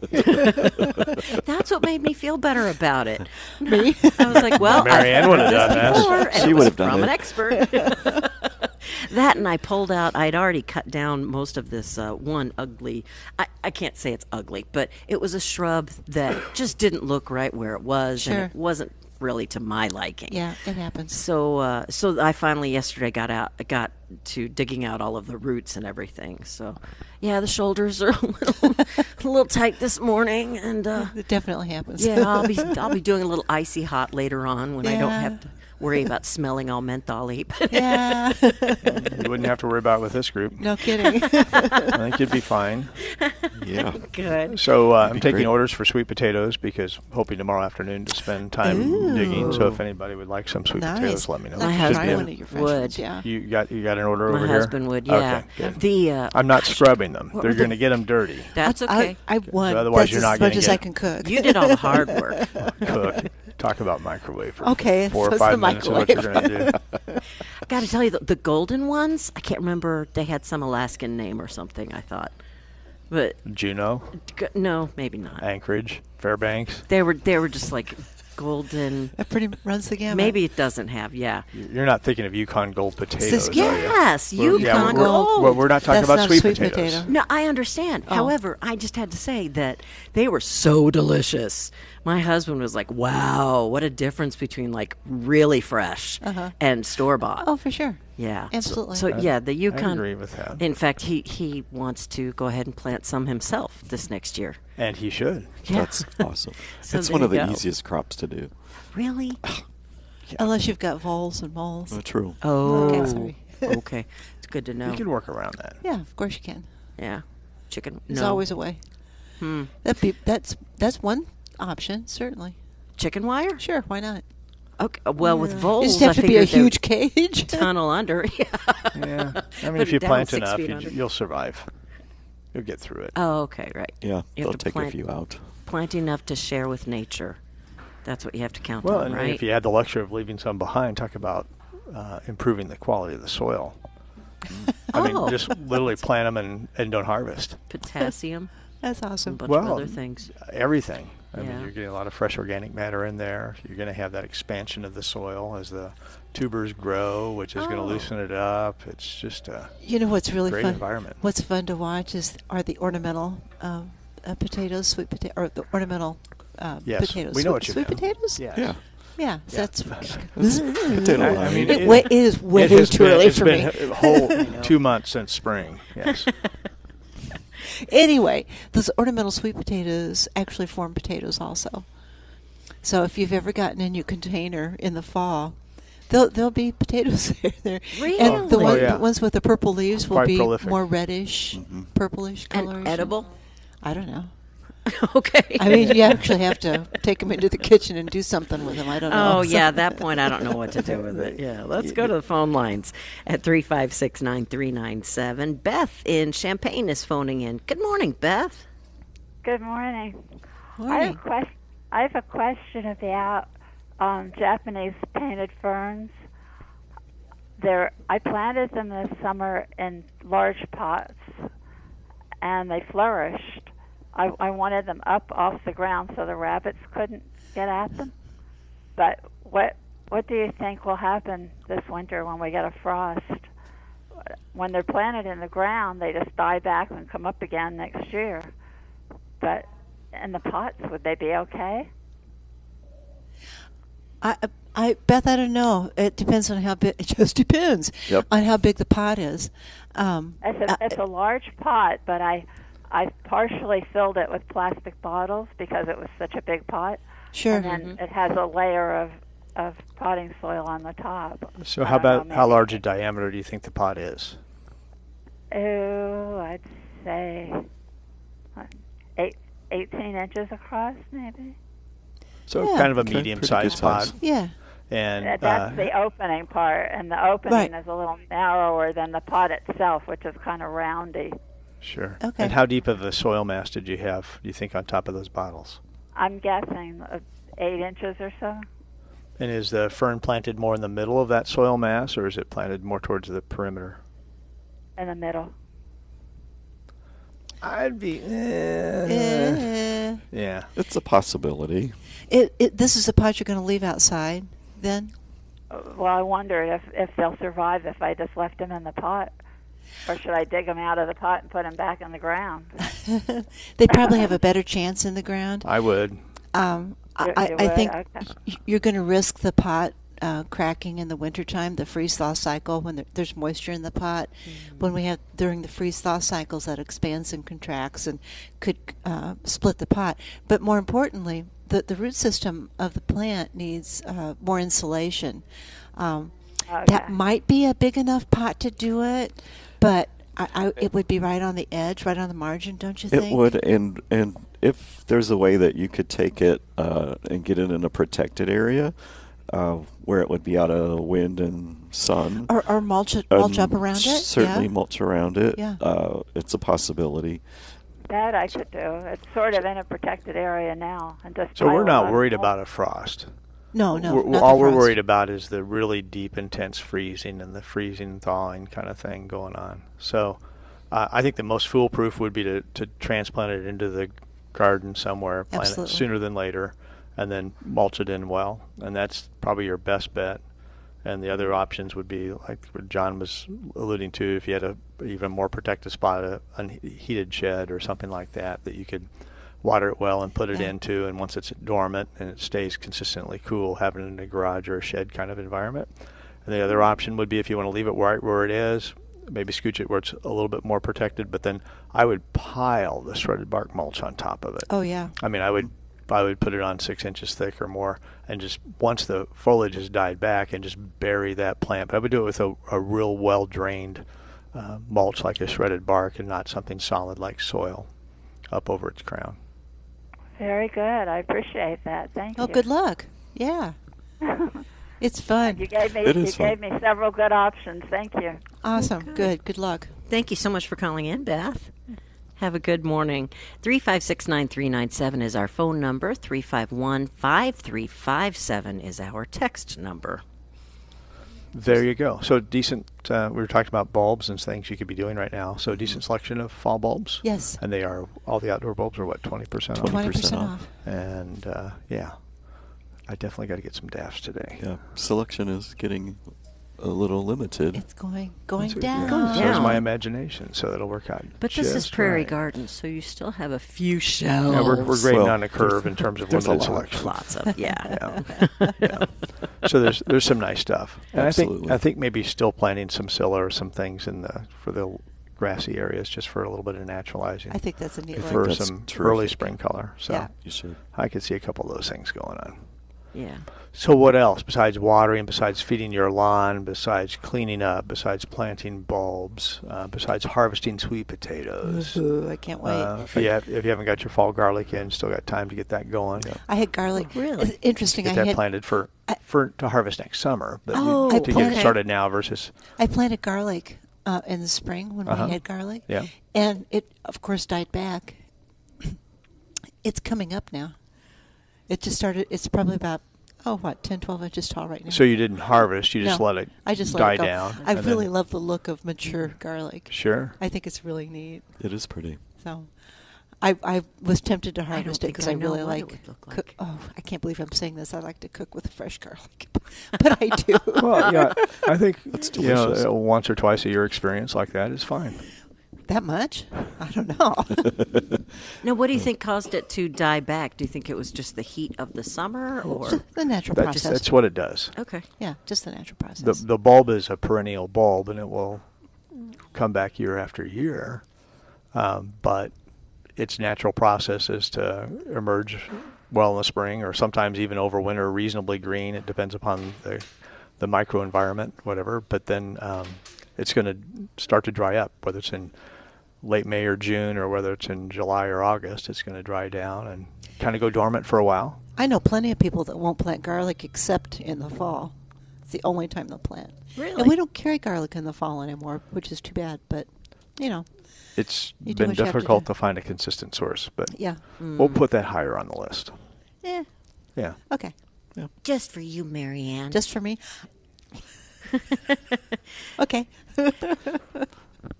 Speaker 1: That's what made me feel better about it.
Speaker 2: *laughs* *laughs* Me?
Speaker 1: I was
Speaker 4: *laughs*
Speaker 1: like, well,
Speaker 4: Marianne
Speaker 1: I've
Speaker 4: would've
Speaker 1: heard
Speaker 4: done that.
Speaker 1: this before, and
Speaker 3: She
Speaker 1: it was
Speaker 3: would've done
Speaker 1: from
Speaker 3: it.
Speaker 1: an expert. *laughs* that and I pulled out. I'd already cut down most of this uh, one ugly. I, I can't say it's ugly, but it was a shrub that just didn't look right where it was,
Speaker 2: Sure.
Speaker 1: and it wasn't really to my liking.
Speaker 2: Yeah, it happens.
Speaker 1: So, uh, so I finally yesterday got out, got to digging out all of the roots and everything. So, yeah, the shoulders are *laughs* a little, a little tight this morning, and uh,
Speaker 2: It definitely happens.
Speaker 1: yeah, I'll be I'll be doing a little icy hot later on when I don't
Speaker 2: Yeah.
Speaker 1: have to worry about smelling all mentholy. *laughs*
Speaker 2: *laughs*
Speaker 1: But
Speaker 2: yeah.
Speaker 4: You wouldn't have to worry about it with this group.
Speaker 2: *laughs* No
Speaker 1: *laughs*
Speaker 2: kidding.
Speaker 4: I think you'd be fine.
Speaker 3: *laughs* Yeah.
Speaker 2: *laughs*
Speaker 1: good.
Speaker 4: So uh, I'm taking
Speaker 3: great.
Speaker 4: orders for sweet potatoes because hoping tomorrow afternoon to spend time digging. So if anybody would like some sweet potatoes,
Speaker 2: nice.
Speaker 4: let me know.
Speaker 2: Like
Speaker 1: My
Speaker 4: Should
Speaker 2: try
Speaker 4: be
Speaker 1: husband
Speaker 4: in-
Speaker 2: one of your fresh
Speaker 1: would.
Speaker 2: ones, Yeah.
Speaker 4: You got you got an order
Speaker 1: My
Speaker 4: over here.
Speaker 1: husband would, yeah.
Speaker 4: Okay, good.
Speaker 1: The uh,
Speaker 4: I'm not scrubbing them.
Speaker 1: What
Speaker 4: They're
Speaker 1: were the-
Speaker 4: going to get them dirty.
Speaker 1: that's okay.
Speaker 2: I, I won.
Speaker 4: Otherwise,
Speaker 2: That's
Speaker 4: you're not
Speaker 2: as
Speaker 4: gonna
Speaker 2: much as
Speaker 4: get
Speaker 2: I
Speaker 4: it.
Speaker 2: can cook.
Speaker 1: you did all the hard work.
Speaker 4: Cook. Talk about microwave for
Speaker 2: Okay,
Speaker 4: four
Speaker 2: so
Speaker 4: or
Speaker 2: it's
Speaker 4: five
Speaker 2: the
Speaker 4: minutes of what you're going to do. *laughs*
Speaker 1: I got to tell you, the, the golden ones. I can't remember. They had some Alaskan name or something. I thought, but
Speaker 4: Juneau,
Speaker 1: g- no, maybe not.
Speaker 4: Anchorage, Fairbanks.
Speaker 1: They were they were just like golden.
Speaker 2: *laughs* That pretty m- runs the gamut.
Speaker 1: Maybe it doesn't have. Yeah.
Speaker 2: Mm.
Speaker 4: You're not thinking of Yukon Gold potatoes,
Speaker 2: Says-
Speaker 4: are you?
Speaker 1: Yes,
Speaker 4: We're-
Speaker 1: Yukon
Speaker 4: yeah, we're- we're-
Speaker 1: gold.
Speaker 4: We're, we're not talking
Speaker 2: That's
Speaker 4: about
Speaker 2: not a
Speaker 4: sweet,
Speaker 2: sweet
Speaker 4: potatoes.
Speaker 2: potato.
Speaker 1: No, I understand.
Speaker 2: Oh.
Speaker 1: However, I just had to say that they were so delicious. My husband was like, "Wow, what a difference between like really fresh and store bought."
Speaker 2: Uh-huh. Oh, for sure.
Speaker 1: yeah, So-
Speaker 2: absolutely.
Speaker 1: So, yeah, the Yukon.
Speaker 4: agree with that.
Speaker 1: In fact, he he wants to go ahead and plant some himself this next year.
Speaker 4: And he should.
Speaker 1: Yeah.
Speaker 3: That's awesome.
Speaker 1: So
Speaker 3: it's
Speaker 1: there
Speaker 3: one of
Speaker 1: you
Speaker 3: the
Speaker 1: go.
Speaker 3: easiest crops to do.
Speaker 1: Really?
Speaker 2: Unless you've got voles and moles.
Speaker 3: Oh, true.
Speaker 1: Oh,
Speaker 2: Okay, sorry.
Speaker 1: okay. It's good to know.
Speaker 4: You can work around that.
Speaker 2: Yeah, of course you can.
Speaker 1: yeah, chicken.
Speaker 2: There's
Speaker 1: no, Hmm.
Speaker 2: always a way. That be that's that's one option certainly.
Speaker 1: chicken wire.
Speaker 2: Sure, why not?
Speaker 1: Okay. Well, with voles,
Speaker 2: You just have
Speaker 1: I
Speaker 2: to be a
Speaker 1: figured they're
Speaker 2: huge cage.
Speaker 1: *laughs* tunnel under. Yeah.
Speaker 4: Yeah.
Speaker 1: *laughs*
Speaker 4: I mean,
Speaker 1: Put
Speaker 4: if
Speaker 1: it
Speaker 4: you
Speaker 1: down
Speaker 4: plant
Speaker 1: six
Speaker 4: enough,
Speaker 1: feet
Speaker 4: you,
Speaker 1: under.
Speaker 4: you'll survive. You'll get through it.
Speaker 1: Oh, okay, right.
Speaker 3: Yeah,
Speaker 1: You
Speaker 3: they'll
Speaker 1: have to
Speaker 3: take
Speaker 1: plant,
Speaker 3: a few out.
Speaker 1: plant enough to share with nature. That's what you have to count
Speaker 4: well,
Speaker 1: on,
Speaker 4: and
Speaker 1: right?
Speaker 4: if you had the luxury of leaving some behind, talk about uh, improving the quality of the soil. I mean,
Speaker 1: Oh.
Speaker 4: just
Speaker 2: *laughs*
Speaker 4: literally plant them and, and don't harvest.
Speaker 1: Potassium,
Speaker 2: That's
Speaker 1: a
Speaker 2: awesome.
Speaker 1: bunch of
Speaker 4: Well,
Speaker 1: other things.
Speaker 4: Everything. I mean,
Speaker 1: Yeah.
Speaker 4: you're getting a lot of fresh organic matter in there. You're going to have that expansion of the soil as the tubers grow, which is going to
Speaker 1: Oh.
Speaker 4: loosen it up. It's just uh,
Speaker 2: You know what's really
Speaker 4: Great
Speaker 2: fun?
Speaker 4: environment.
Speaker 2: What's fun to watch is are the ornamental um, uh, potatoes, sweet potato, or the ornamental uh,
Speaker 4: Yes,
Speaker 2: potatoes.
Speaker 4: we know
Speaker 2: sweet,
Speaker 4: what you
Speaker 2: sweet
Speaker 4: mean.
Speaker 2: potatoes.
Speaker 4: Yeah.
Speaker 3: Yeah.
Speaker 2: yeah. So
Speaker 4: Yeah.
Speaker 2: that's
Speaker 4: *laughs*
Speaker 3: Potato
Speaker 4: I- I
Speaker 3: line.
Speaker 4: mean,
Speaker 2: *laughs* it,
Speaker 4: it-
Speaker 2: wa- it is way
Speaker 4: It has
Speaker 2: too
Speaker 4: been-
Speaker 2: early
Speaker 4: it's
Speaker 2: for
Speaker 4: been
Speaker 2: *laughs* me.
Speaker 4: a whole two months since spring. *laughs*
Speaker 2: *laughs*
Speaker 1: *laughs*
Speaker 4: Yes.
Speaker 2: Anyway, those ornamental sweet potatoes actually form potatoes also. So if you've ever gotten a new container in the fall, there'll there'll be potatoes *laughs* there. And the,
Speaker 1: Really?
Speaker 2: one,
Speaker 4: Oh, yeah.
Speaker 2: the ones with the purple leaves will
Speaker 4: Quite
Speaker 2: be
Speaker 4: prolific. Mm-hmm.
Speaker 2: more reddish, purplish
Speaker 1: And
Speaker 2: color.
Speaker 1: edible? *laughs*
Speaker 2: I don't know.
Speaker 1: okay.
Speaker 2: I mean,
Speaker 1: *laughs*
Speaker 2: you actually have to take them into the kitchen and do something with them. I don't know.
Speaker 1: *laughs*
Speaker 4: *laughs*
Speaker 1: Oh,
Speaker 2: *laughs*
Speaker 1: yeah, at that point, I don't know what to do with it. Yeah, let's go to the phone lines at 356 9397. Beth in Champaign is phoning in. Good morning, Beth.
Speaker 5: Good morning. I have
Speaker 2: Morning.
Speaker 5: a question. I have a question about um, Japanese painted ferns. They're, I planted them this summer in large pots, and they flourished. I, I wanted them up off the ground so the rabbits couldn't get at them. But what what do you think will happen this winter when we get a frost? When they're planted in the ground, they just die back and come up again next year. But in the pots, would they be okay?
Speaker 2: I, I, Beth, I don't know. It depends on how big. *laughs* It just depends
Speaker 3: Yep.
Speaker 2: on how big the pot is. Um,
Speaker 5: It's a,
Speaker 2: uh,
Speaker 5: it's a large pot, but I I partially filled it with plastic bottles because it was such a big pot,
Speaker 2: sure.
Speaker 5: and then it has a layer of of potting soil on the top.
Speaker 4: So
Speaker 5: I
Speaker 4: how
Speaker 5: don't know,
Speaker 4: about how
Speaker 5: maybe-
Speaker 4: large a diameter do you think the pot is?
Speaker 5: Oh, I'd say uh, eight, 18 inches across, maybe.
Speaker 4: So
Speaker 2: Yeah.
Speaker 4: kind of a
Speaker 3: Okay,
Speaker 4: medium-sized
Speaker 3: pretty good
Speaker 4: pot,
Speaker 3: size.
Speaker 2: yeah.
Speaker 4: and
Speaker 5: That-
Speaker 4: uh,
Speaker 5: That's the opening part, and the opening
Speaker 2: Right.
Speaker 5: is a little narrower than the pot itself, which is kind of roundy.
Speaker 4: sure.
Speaker 2: Okay.
Speaker 4: And how deep of a soil mass did you have? Do you think on top of those bottles?
Speaker 5: I'm guessing uh, eight inches or so.
Speaker 4: And is the fern planted more in the middle of that soil mass, or is it planted more towards the perimeter?
Speaker 5: in the middle.
Speaker 4: I'd be. Uh.
Speaker 2: Eh.
Speaker 4: Yeah.
Speaker 3: It's a possibility.
Speaker 2: It, it, this is the pot you're going to leave outside then? *laughs*
Speaker 5: Uh, Well, I wonder if if they'll survive if I just left them in the pot, or should I dig them out of the pot and put them back in the
Speaker 2: *laughs*
Speaker 5: ground?
Speaker 2: They probably have a better chance in the ground.
Speaker 4: I would.
Speaker 2: Um, I,
Speaker 5: You-
Speaker 2: I,
Speaker 5: you
Speaker 2: I
Speaker 5: would?
Speaker 2: think
Speaker 5: Okay.
Speaker 2: y- you're going to risk the pot uh, cracking in the wintertime, the freeze thaw cycle, when there, there's moisture in the pot.
Speaker 5: Mm.
Speaker 2: When we have during the freeze thaw cycles, that expands and contracts and could uh, split the pot. But more importantly, the, the root system of the plant needs uh, more insulation. Um, That
Speaker 5: Okay.
Speaker 2: might be a big enough pot to do it, but I, I, it would be right on the edge, right on the margin, don't you think?
Speaker 3: It would, and and if there's a way that you could take it uh, and get it in a protected area uh, where it would be out of wind and sun,
Speaker 2: Or, or mulch, it, mulch
Speaker 3: um,
Speaker 2: up around it?
Speaker 3: Certainly
Speaker 2: yeah?
Speaker 3: mulch around it.
Speaker 2: Yeah.
Speaker 3: Uh, it's a possibility.
Speaker 5: That I could do. It's sort of in a protected area now, and just.
Speaker 4: So we're
Speaker 5: pile
Speaker 4: not
Speaker 5: on.
Speaker 4: worried about a frost.
Speaker 2: No, no.
Speaker 4: We're-
Speaker 2: not the
Speaker 4: all we're
Speaker 2: frost.
Speaker 4: worried about is the really deep, intense freezing and the freezing thawing kind of thing going on. So, uh, I think the most foolproof would be to, to transplant it into the garden somewhere, plant
Speaker 2: Absolutely.
Speaker 4: it sooner than later, and then mulch it in well. And that's probably your best bet. And the other options would be like what John was alluding to, if you had a even more protected spot, a unheated shed or something like that, that you could water it well and put it
Speaker 2: Yeah.
Speaker 4: into. And once it's dormant and it stays consistently cool, having it in a garage or a shed kind of environment. And the other option would be if you want to leave it right where it is, maybe scooch it where it's a little bit more protected. But then I would pile the shredded bark mulch on top of it.
Speaker 2: Oh yeah,
Speaker 4: I mean, I would I would put it on six inches thick or more, and just once the foliage has died back, and just bury that plant. But I would do it with a, a real well drained uh, mulch, like a shredded bark, and not something solid like soil up over its crown.
Speaker 5: Very good. I appreciate that. Thank
Speaker 2: Oh,
Speaker 5: you.
Speaker 2: good luck. Yeah. it's fun.
Speaker 5: You gave me
Speaker 3: It
Speaker 5: you
Speaker 3: is fun.
Speaker 5: gave me several good options. Thank you.
Speaker 2: Awesome. Good. Good luck.
Speaker 1: Thank you so much for calling in, Beth. Have a good morning. 356 9397 is our phone number. 351 5357 is our text number.
Speaker 4: There you go. So decent. Uh, we were talking about bulbs and things you could be doing right now. So decent selection of fall bulbs.
Speaker 2: Yes.
Speaker 4: And they are all the outdoor bulbs are what twenty percent off.
Speaker 2: 20%
Speaker 3: 20%
Speaker 2: off.
Speaker 3: off.
Speaker 4: And uh, yeah, I definitely got to get some daffs today.
Speaker 3: Yeah, selection is getting a little limited.
Speaker 2: It's going going
Speaker 4: That's what-
Speaker 2: down.
Speaker 4: yeah. So is
Speaker 1: down.
Speaker 4: my imagination. So that'll work out.
Speaker 1: But this is
Speaker 4: just
Speaker 1: Prairie
Speaker 4: right.
Speaker 1: Gardens, so you still have a few shells.
Speaker 4: Yeah, we're, we're grading
Speaker 3: Oh, Well,
Speaker 4: on a curve in terms of
Speaker 3: *laughs* there's a
Speaker 4: limited
Speaker 3: lot.
Speaker 4: selection.
Speaker 1: Lots of yeah.
Speaker 4: *laughs* Yeah. yeah. So there's there's some nice stuff. And I
Speaker 3: Absolutely.
Speaker 4: think I think maybe still planting some silla or some things in the for the grassy areas just for a little bit of naturalizing.
Speaker 2: I think that's a neat
Speaker 3: I
Speaker 4: for
Speaker 3: think that's
Speaker 4: some
Speaker 3: terrific.
Speaker 4: early spring color. So
Speaker 2: Yeah.
Speaker 3: You should.
Speaker 4: I could see a couple of those things going on.
Speaker 1: yeah.
Speaker 4: So what else besides watering, besides feeding your lawn, besides cleaning up, besides planting bulbs, uh, besides harvesting sweet potatoes?
Speaker 3: Uh-huh.
Speaker 2: Ooh, I can't wait.
Speaker 4: Uh, if, you have, if you haven't got your fall garlic in, still got time to get that going.
Speaker 2: I had garlic.
Speaker 1: Really?
Speaker 2: It's interesting.
Speaker 4: Get
Speaker 2: I
Speaker 4: that
Speaker 2: had
Speaker 4: planted for for to harvest next summer, but you-
Speaker 1: Oh,
Speaker 4: to get
Speaker 2: okay.
Speaker 4: it started now versus
Speaker 2: I planted garlic uh, in the spring when we had garlic.
Speaker 4: Uh-huh. Yeah.
Speaker 2: And it, of course, died back. *coughs* It's coming up now. It just started, it's probably about, oh, what, 10, 12 inches tall right now.
Speaker 4: so you didn't harvest, you just
Speaker 2: No,
Speaker 4: let it
Speaker 2: I just let
Speaker 4: die
Speaker 2: it go.
Speaker 4: down.
Speaker 2: I
Speaker 4: and
Speaker 2: really
Speaker 4: then-
Speaker 2: love the look of mature garlic.
Speaker 4: sure.
Speaker 2: I think it's really neat.
Speaker 3: It is pretty.
Speaker 2: So I, I was tempted to harvest it
Speaker 1: think
Speaker 2: because
Speaker 1: I
Speaker 2: I,
Speaker 1: know
Speaker 2: really
Speaker 1: what it
Speaker 2: like,
Speaker 1: would look
Speaker 2: cook.
Speaker 1: like.
Speaker 2: Oh, I can't believe I'm saying this. I like to cook with fresh garlic, *laughs* but I do.
Speaker 4: *laughs* well, yeah, I think you know,
Speaker 3: delicious.
Speaker 4: a once or twice a year experience like that is fine.
Speaker 2: *laughs* that much? I don't
Speaker 4: *laughs*
Speaker 2: know.
Speaker 1: Now, what do you think caused it to die back? Do you think it was just the heat of the *laughs* summer, or
Speaker 2: the natural
Speaker 4: That
Speaker 2: process.
Speaker 4: just, that's what it does.
Speaker 1: okay?
Speaker 2: Yeah, just the natural
Speaker 4: The
Speaker 2: process.
Speaker 4: the bulb is a perennial bulb, and it will come back year after year. Um, but its natural process is to emerge well in the spring, or sometimes even over winter, reasonably green. It depends upon the the microenvironment, whatever. But then um, it's going to start to dry up, whether it's in late May or June, or whether it's in July or August. It's going to dry down and kind of go dormant for a while.
Speaker 2: I know plenty of people that won't plant garlic except in the fall. It's the only time they'll plant.
Speaker 1: Really?
Speaker 2: And we don't carry garlic in the fall anymore, which is too bad, but you know,
Speaker 4: It's
Speaker 2: You do
Speaker 4: been
Speaker 2: what you have to
Speaker 4: difficult
Speaker 2: do.
Speaker 4: to find a consistent source, but
Speaker 2: yeah.
Speaker 4: We'll put that higher on the list.
Speaker 1: Yeah.
Speaker 4: Yeah.
Speaker 2: Okay.
Speaker 1: Just for you, Marianne.
Speaker 2: Just for me. okay.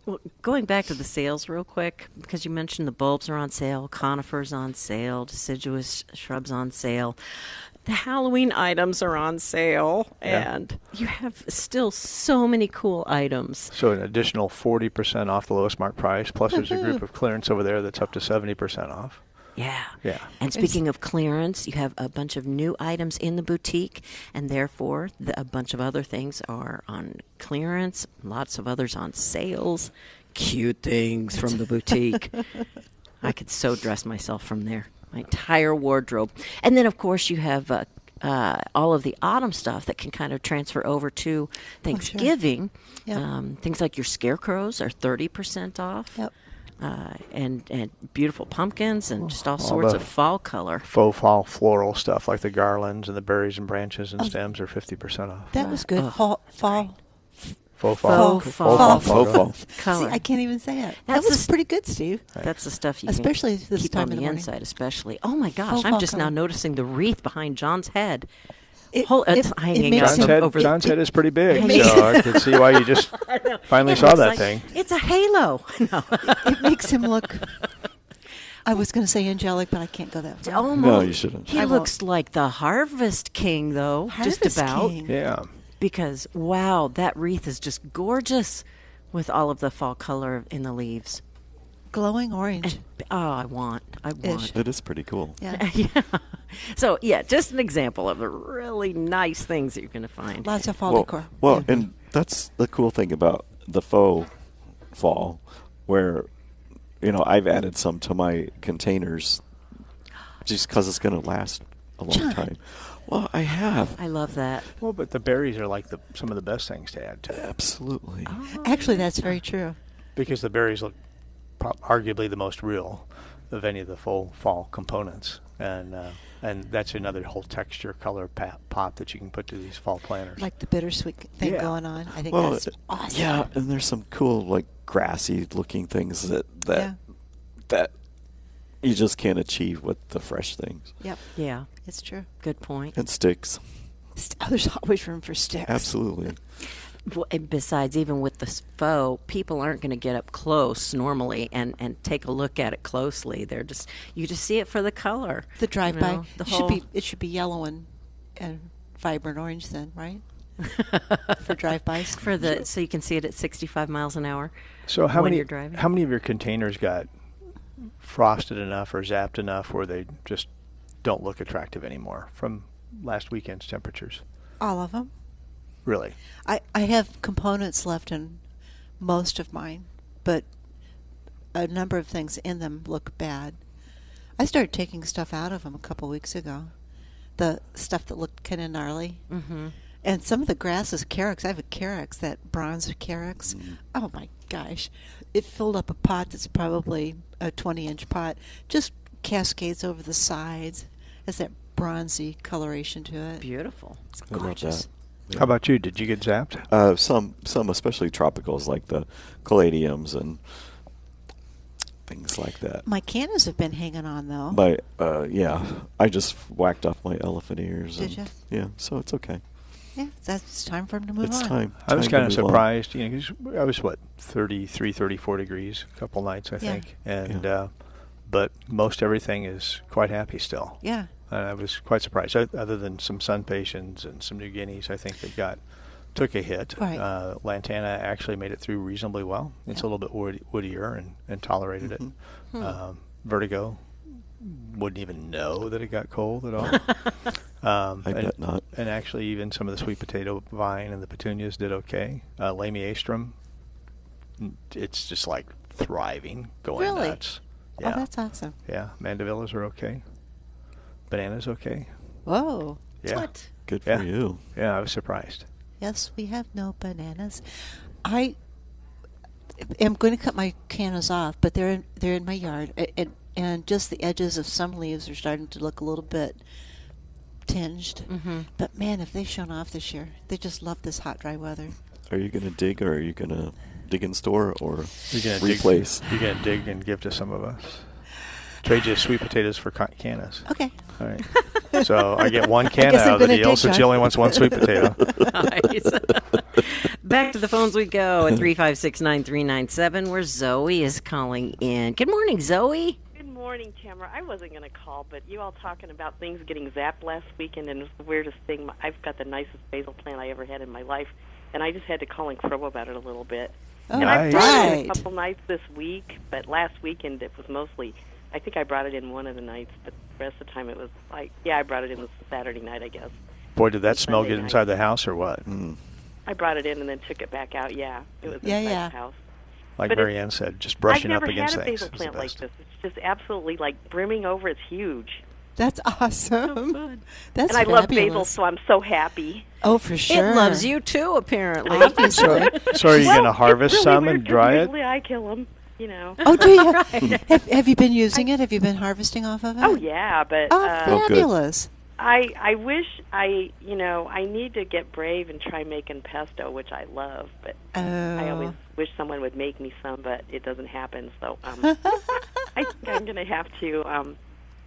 Speaker 1: Well, going back to the sales real quick, because you mentioned the bulbs are on sale, conifers on sale, deciduous shrubs on sale. The Halloween items are on sale,
Speaker 4: Yeah.
Speaker 1: and you have still so many cool items.
Speaker 4: So an additional 40% off the lowest mark price, plus there's a group of clearance over there that's up to 70% off.
Speaker 1: Yeah.
Speaker 4: Yeah.
Speaker 1: And speaking of clearance, you have a bunch of new items in the boutique, and therefore the, a bunch of other things are on clearance, lots of others on sales. Cute things from the boutique. I could so dress myself from there, my entire wardrobe. And then, of course, you have. Uh, uh, all of the autumn stuff that can kind of transfer over to Thanksgiving.
Speaker 2: Yep.
Speaker 1: um, things like your scarecrows are 30% off
Speaker 2: Yep. Oh,
Speaker 1: uh, and and beautiful pumpkins and just all sorts
Speaker 4: the-
Speaker 1: of fall color.
Speaker 4: Faux fall floral stuff like the garlands and the berries and branches and stems are 50% off.
Speaker 2: That was good. fall fall.
Speaker 4: Faux fall.
Speaker 1: Faux fall.
Speaker 3: Fall,
Speaker 4: floral.
Speaker 3: fall.
Speaker 1: Color.
Speaker 2: See, I can't even say it. that
Speaker 1: That's
Speaker 2: was
Speaker 1: just-
Speaker 2: pretty good, Steve.
Speaker 1: That's the stuff you
Speaker 2: Especially
Speaker 1: can
Speaker 2: this
Speaker 1: keep
Speaker 2: time
Speaker 1: on
Speaker 2: of
Speaker 1: the,
Speaker 2: the morning.
Speaker 1: inside, especially. Oh my gosh!
Speaker 2: Faux
Speaker 1: I'm
Speaker 2: fall
Speaker 1: just now
Speaker 2: color.
Speaker 1: noticing the wreath behind John's head.
Speaker 2: It-
Speaker 1: Whole,
Speaker 2: it-
Speaker 1: it's
Speaker 2: it
Speaker 1: hanging
Speaker 2: makes
Speaker 1: out
Speaker 4: John's
Speaker 2: him-
Speaker 4: head,
Speaker 1: over the-
Speaker 4: John's head is pretty big,
Speaker 1: It
Speaker 4: so I can see why you just finally
Speaker 1: It
Speaker 4: saw
Speaker 1: looks
Speaker 4: that
Speaker 1: like-
Speaker 4: thing.
Speaker 1: *laughs* It's a
Speaker 2: *laughs*
Speaker 1: halo. *laughs* No,
Speaker 2: It makes him look *laughs* I was going to say angelic, but I can't go that far.
Speaker 1: almost.
Speaker 3: No, you shouldn't.
Speaker 1: He
Speaker 2: I won't.
Speaker 1: looks like the Harvest King, though. just
Speaker 2: Harvest
Speaker 1: about.
Speaker 2: King.
Speaker 4: Yeah.
Speaker 1: because wow, that wreath is just gorgeous with all of the fall color in the leaves.
Speaker 2: glowing
Speaker 1: *laughs*
Speaker 2: orange.
Speaker 1: Oh, I want, I want.
Speaker 3: It is pretty cool.
Speaker 2: Yeah.
Speaker 1: So yeah, just an example of the really nice things that you're going to find.
Speaker 2: Lots of fall decor.
Speaker 3: Well, well,
Speaker 2: Yeah.
Speaker 3: and that's the cool thing about the faux fall, where you know I've added some to my containers just because it's going to last a long
Speaker 2: John.
Speaker 3: time. Well, I have
Speaker 1: I love that.
Speaker 4: Well, but the berries are like the, some of the best things to add to it
Speaker 3: absolutely.
Speaker 2: Oh, Actually, that's very true.
Speaker 4: because the berries look prob- arguably the most real of any of the full fall components, and uh, and that's another whole texture color pop, pop that you can put to these fall planters.
Speaker 2: Like the bittersweet thing
Speaker 4: Yeah.
Speaker 2: going on. I think that's
Speaker 3: it-
Speaker 2: awesome.
Speaker 3: yeah, and there's some cool like grassy looking things that that
Speaker 2: Yeah.
Speaker 3: that you just can't achieve with the fresh things
Speaker 2: Yep.
Speaker 1: Yeah,
Speaker 2: It's true.
Speaker 1: good point.
Speaker 3: and sticks.
Speaker 2: St- oh, there's always room for sticks.
Speaker 3: Absolutely.
Speaker 1: Well, and besides, even with the s- foe, people aren't going to get up close normally and, and take a look at it closely. They're just you just see it for the color.
Speaker 2: The drive by
Speaker 1: You know, the
Speaker 2: it
Speaker 1: whole,
Speaker 2: should be it should be yellow and, and vibrant orange then,
Speaker 1: *laughs*
Speaker 2: right? For drive bys.
Speaker 1: for the so you can see it at 65 miles an hour.
Speaker 4: So how
Speaker 1: when
Speaker 4: many
Speaker 1: you're driving.
Speaker 4: how many of your containers got frosted enough or zapped enough where they just don't look attractive anymore from last weekend's temperatures?
Speaker 2: all of them.
Speaker 4: Really?
Speaker 2: I, I have components left in most of mine, but a number of things in them look bad. I started taking stuff out of them a couple weeks ago. The stuff that looked kind of gnarly. Mm-hmm. And some of the grasses, carex, I have a carex, that bronze carex. Oh my gosh. It filled up a pot that's probably a 20 inch pot, just cascades over the sides. Has that bronzy coloration to it.
Speaker 1: beautiful.
Speaker 2: It's
Speaker 3: I love
Speaker 2: gorgeous.
Speaker 3: that.
Speaker 4: How about you? Did you get zapped?
Speaker 3: Uh, some some especially tropicals like the caladiums and things like that.
Speaker 2: My cannas have been hanging on though.
Speaker 3: But uh, yeah, I just whacked off my elephant ears.
Speaker 2: Did
Speaker 3: and- Yeah, so it's okay.
Speaker 2: Yeah, that's it's time for him to move
Speaker 3: It's
Speaker 2: on.
Speaker 3: time.
Speaker 4: I was
Speaker 3: time
Speaker 4: kind
Speaker 3: to
Speaker 4: of
Speaker 3: move on.
Speaker 4: surprised. You know, 'cause I was what 33, 34 degrees a couple nights, I think, and
Speaker 3: Yeah.
Speaker 4: uh, but most everything is quite happy still.
Speaker 2: Yeah.
Speaker 4: And Uh, I was quite surprised. Oth- Other than some sun patients and some New Guineas, I think they got took a hit.
Speaker 2: Right.
Speaker 4: Uh, Lantana actually made it through reasonably well. It's a little bit wood, woodier and, and tolerated
Speaker 2: Mm-hmm.
Speaker 4: it.
Speaker 2: Hmm.
Speaker 4: Um, Vertigo wouldn't even know that it got cold at
Speaker 2: *laughs*
Speaker 4: all. um,
Speaker 3: I
Speaker 4: and-
Speaker 3: bet not.
Speaker 4: and actually, even some of the sweet potato vine and the petunias did okay. Uh, Lamiastrum, n- it's just like thriving, going
Speaker 2: Really?
Speaker 4: nuts.
Speaker 2: Oh,
Speaker 4: Yeah,
Speaker 2: that's awesome.
Speaker 4: yeah. Mandavillas are okay. Bananas okay.
Speaker 2: Whoa.
Speaker 4: Yeah.
Speaker 1: What?
Speaker 3: Good
Speaker 4: Yeah.
Speaker 3: for you.
Speaker 4: Yeah, I was surprised.
Speaker 2: Yes, we have no bananas. I am going to cut my cannas off, but they're in, they're in my yard, a- and and just the edges of some leaves are starting to look a little bit tinged.
Speaker 6: Mm-hmm.
Speaker 2: But man, have they shown off this year? They just love this hot, dry weather.
Speaker 3: Are you gonna dig or are you gonna dig in store or
Speaker 4: You're gonna
Speaker 3: replace?
Speaker 4: Dig, *laughs* you're gonna dig and give to some of us. Trade you sweet potatoes for ca- cannas.
Speaker 2: Okay.
Speaker 4: All right. So I get
Speaker 6: *laughs*
Speaker 4: one can
Speaker 2: guess
Speaker 4: out
Speaker 2: I'm
Speaker 4: of the
Speaker 2: gonna
Speaker 4: deal,
Speaker 2: dig,
Speaker 4: so she
Speaker 2: John.
Speaker 4: only wants one sweet potato.
Speaker 1: Nice. *laughs* Back to the phones we go at 356-9397 where Zoe is calling in. Good morning, Zoe.
Speaker 6: Good morning, Tamara. I wasn't going to call, but you all talking about things getting zapped last weekend, and it was the weirdest thing. I've got the nicest basil plant I ever had in my life, and I just had to call and crow about it a little bit.
Speaker 2: Oh,
Speaker 4: And I Nice.
Speaker 6: brought it in
Speaker 2: right.
Speaker 6: a couple nights this week, but last weekend it was mostly. I think I brought it in one of the nights, but the rest of the time it was like, yeah, I brought it in this Saturday night, I guess.
Speaker 4: Boy, did that smell get
Speaker 6: Sunday night.
Speaker 4: inside the house or what?
Speaker 6: I brought it in and then took it back out. Yeah, it was
Speaker 2: Yeah,
Speaker 6: inside
Speaker 2: yeah.
Speaker 6: the house.
Speaker 4: Like
Speaker 6: But it-
Speaker 4: Marianne said, just brushing
Speaker 6: I've never
Speaker 4: up against
Speaker 6: had a
Speaker 4: things.
Speaker 6: basil
Speaker 4: is the
Speaker 6: plant like
Speaker 4: best.
Speaker 6: this. It's just absolutely like brimming over. It's huge,
Speaker 2: That's awesome. That's
Speaker 6: and I love
Speaker 2: fabulous.
Speaker 6: basil, so I'm so happy.
Speaker 2: Oh, for sure.
Speaker 1: It loves you too apparently.
Speaker 6: *laughs*
Speaker 2: Obviously.
Speaker 4: So are you
Speaker 6: Well,
Speaker 4: going to
Speaker 6: it's
Speaker 4: harvest
Speaker 6: really
Speaker 4: some
Speaker 6: weird
Speaker 4: and
Speaker 6: 'cause
Speaker 4: dry it?
Speaker 6: Usually I kill them, you know.
Speaker 2: Oh, do you? have, have you been using it? Have you been harvesting off of it?
Speaker 6: Oh yeah, but
Speaker 2: Oh,
Speaker 6: uh,
Speaker 3: Oh, good.
Speaker 2: fabulous.
Speaker 6: I I wish I you know I need to get brave and try making pesto, which I love, but I
Speaker 2: Oh.
Speaker 6: always wish someone would make me some, but it doesn't happen. So
Speaker 1: *laughs*
Speaker 6: um, I think I'm gonna have to. Um,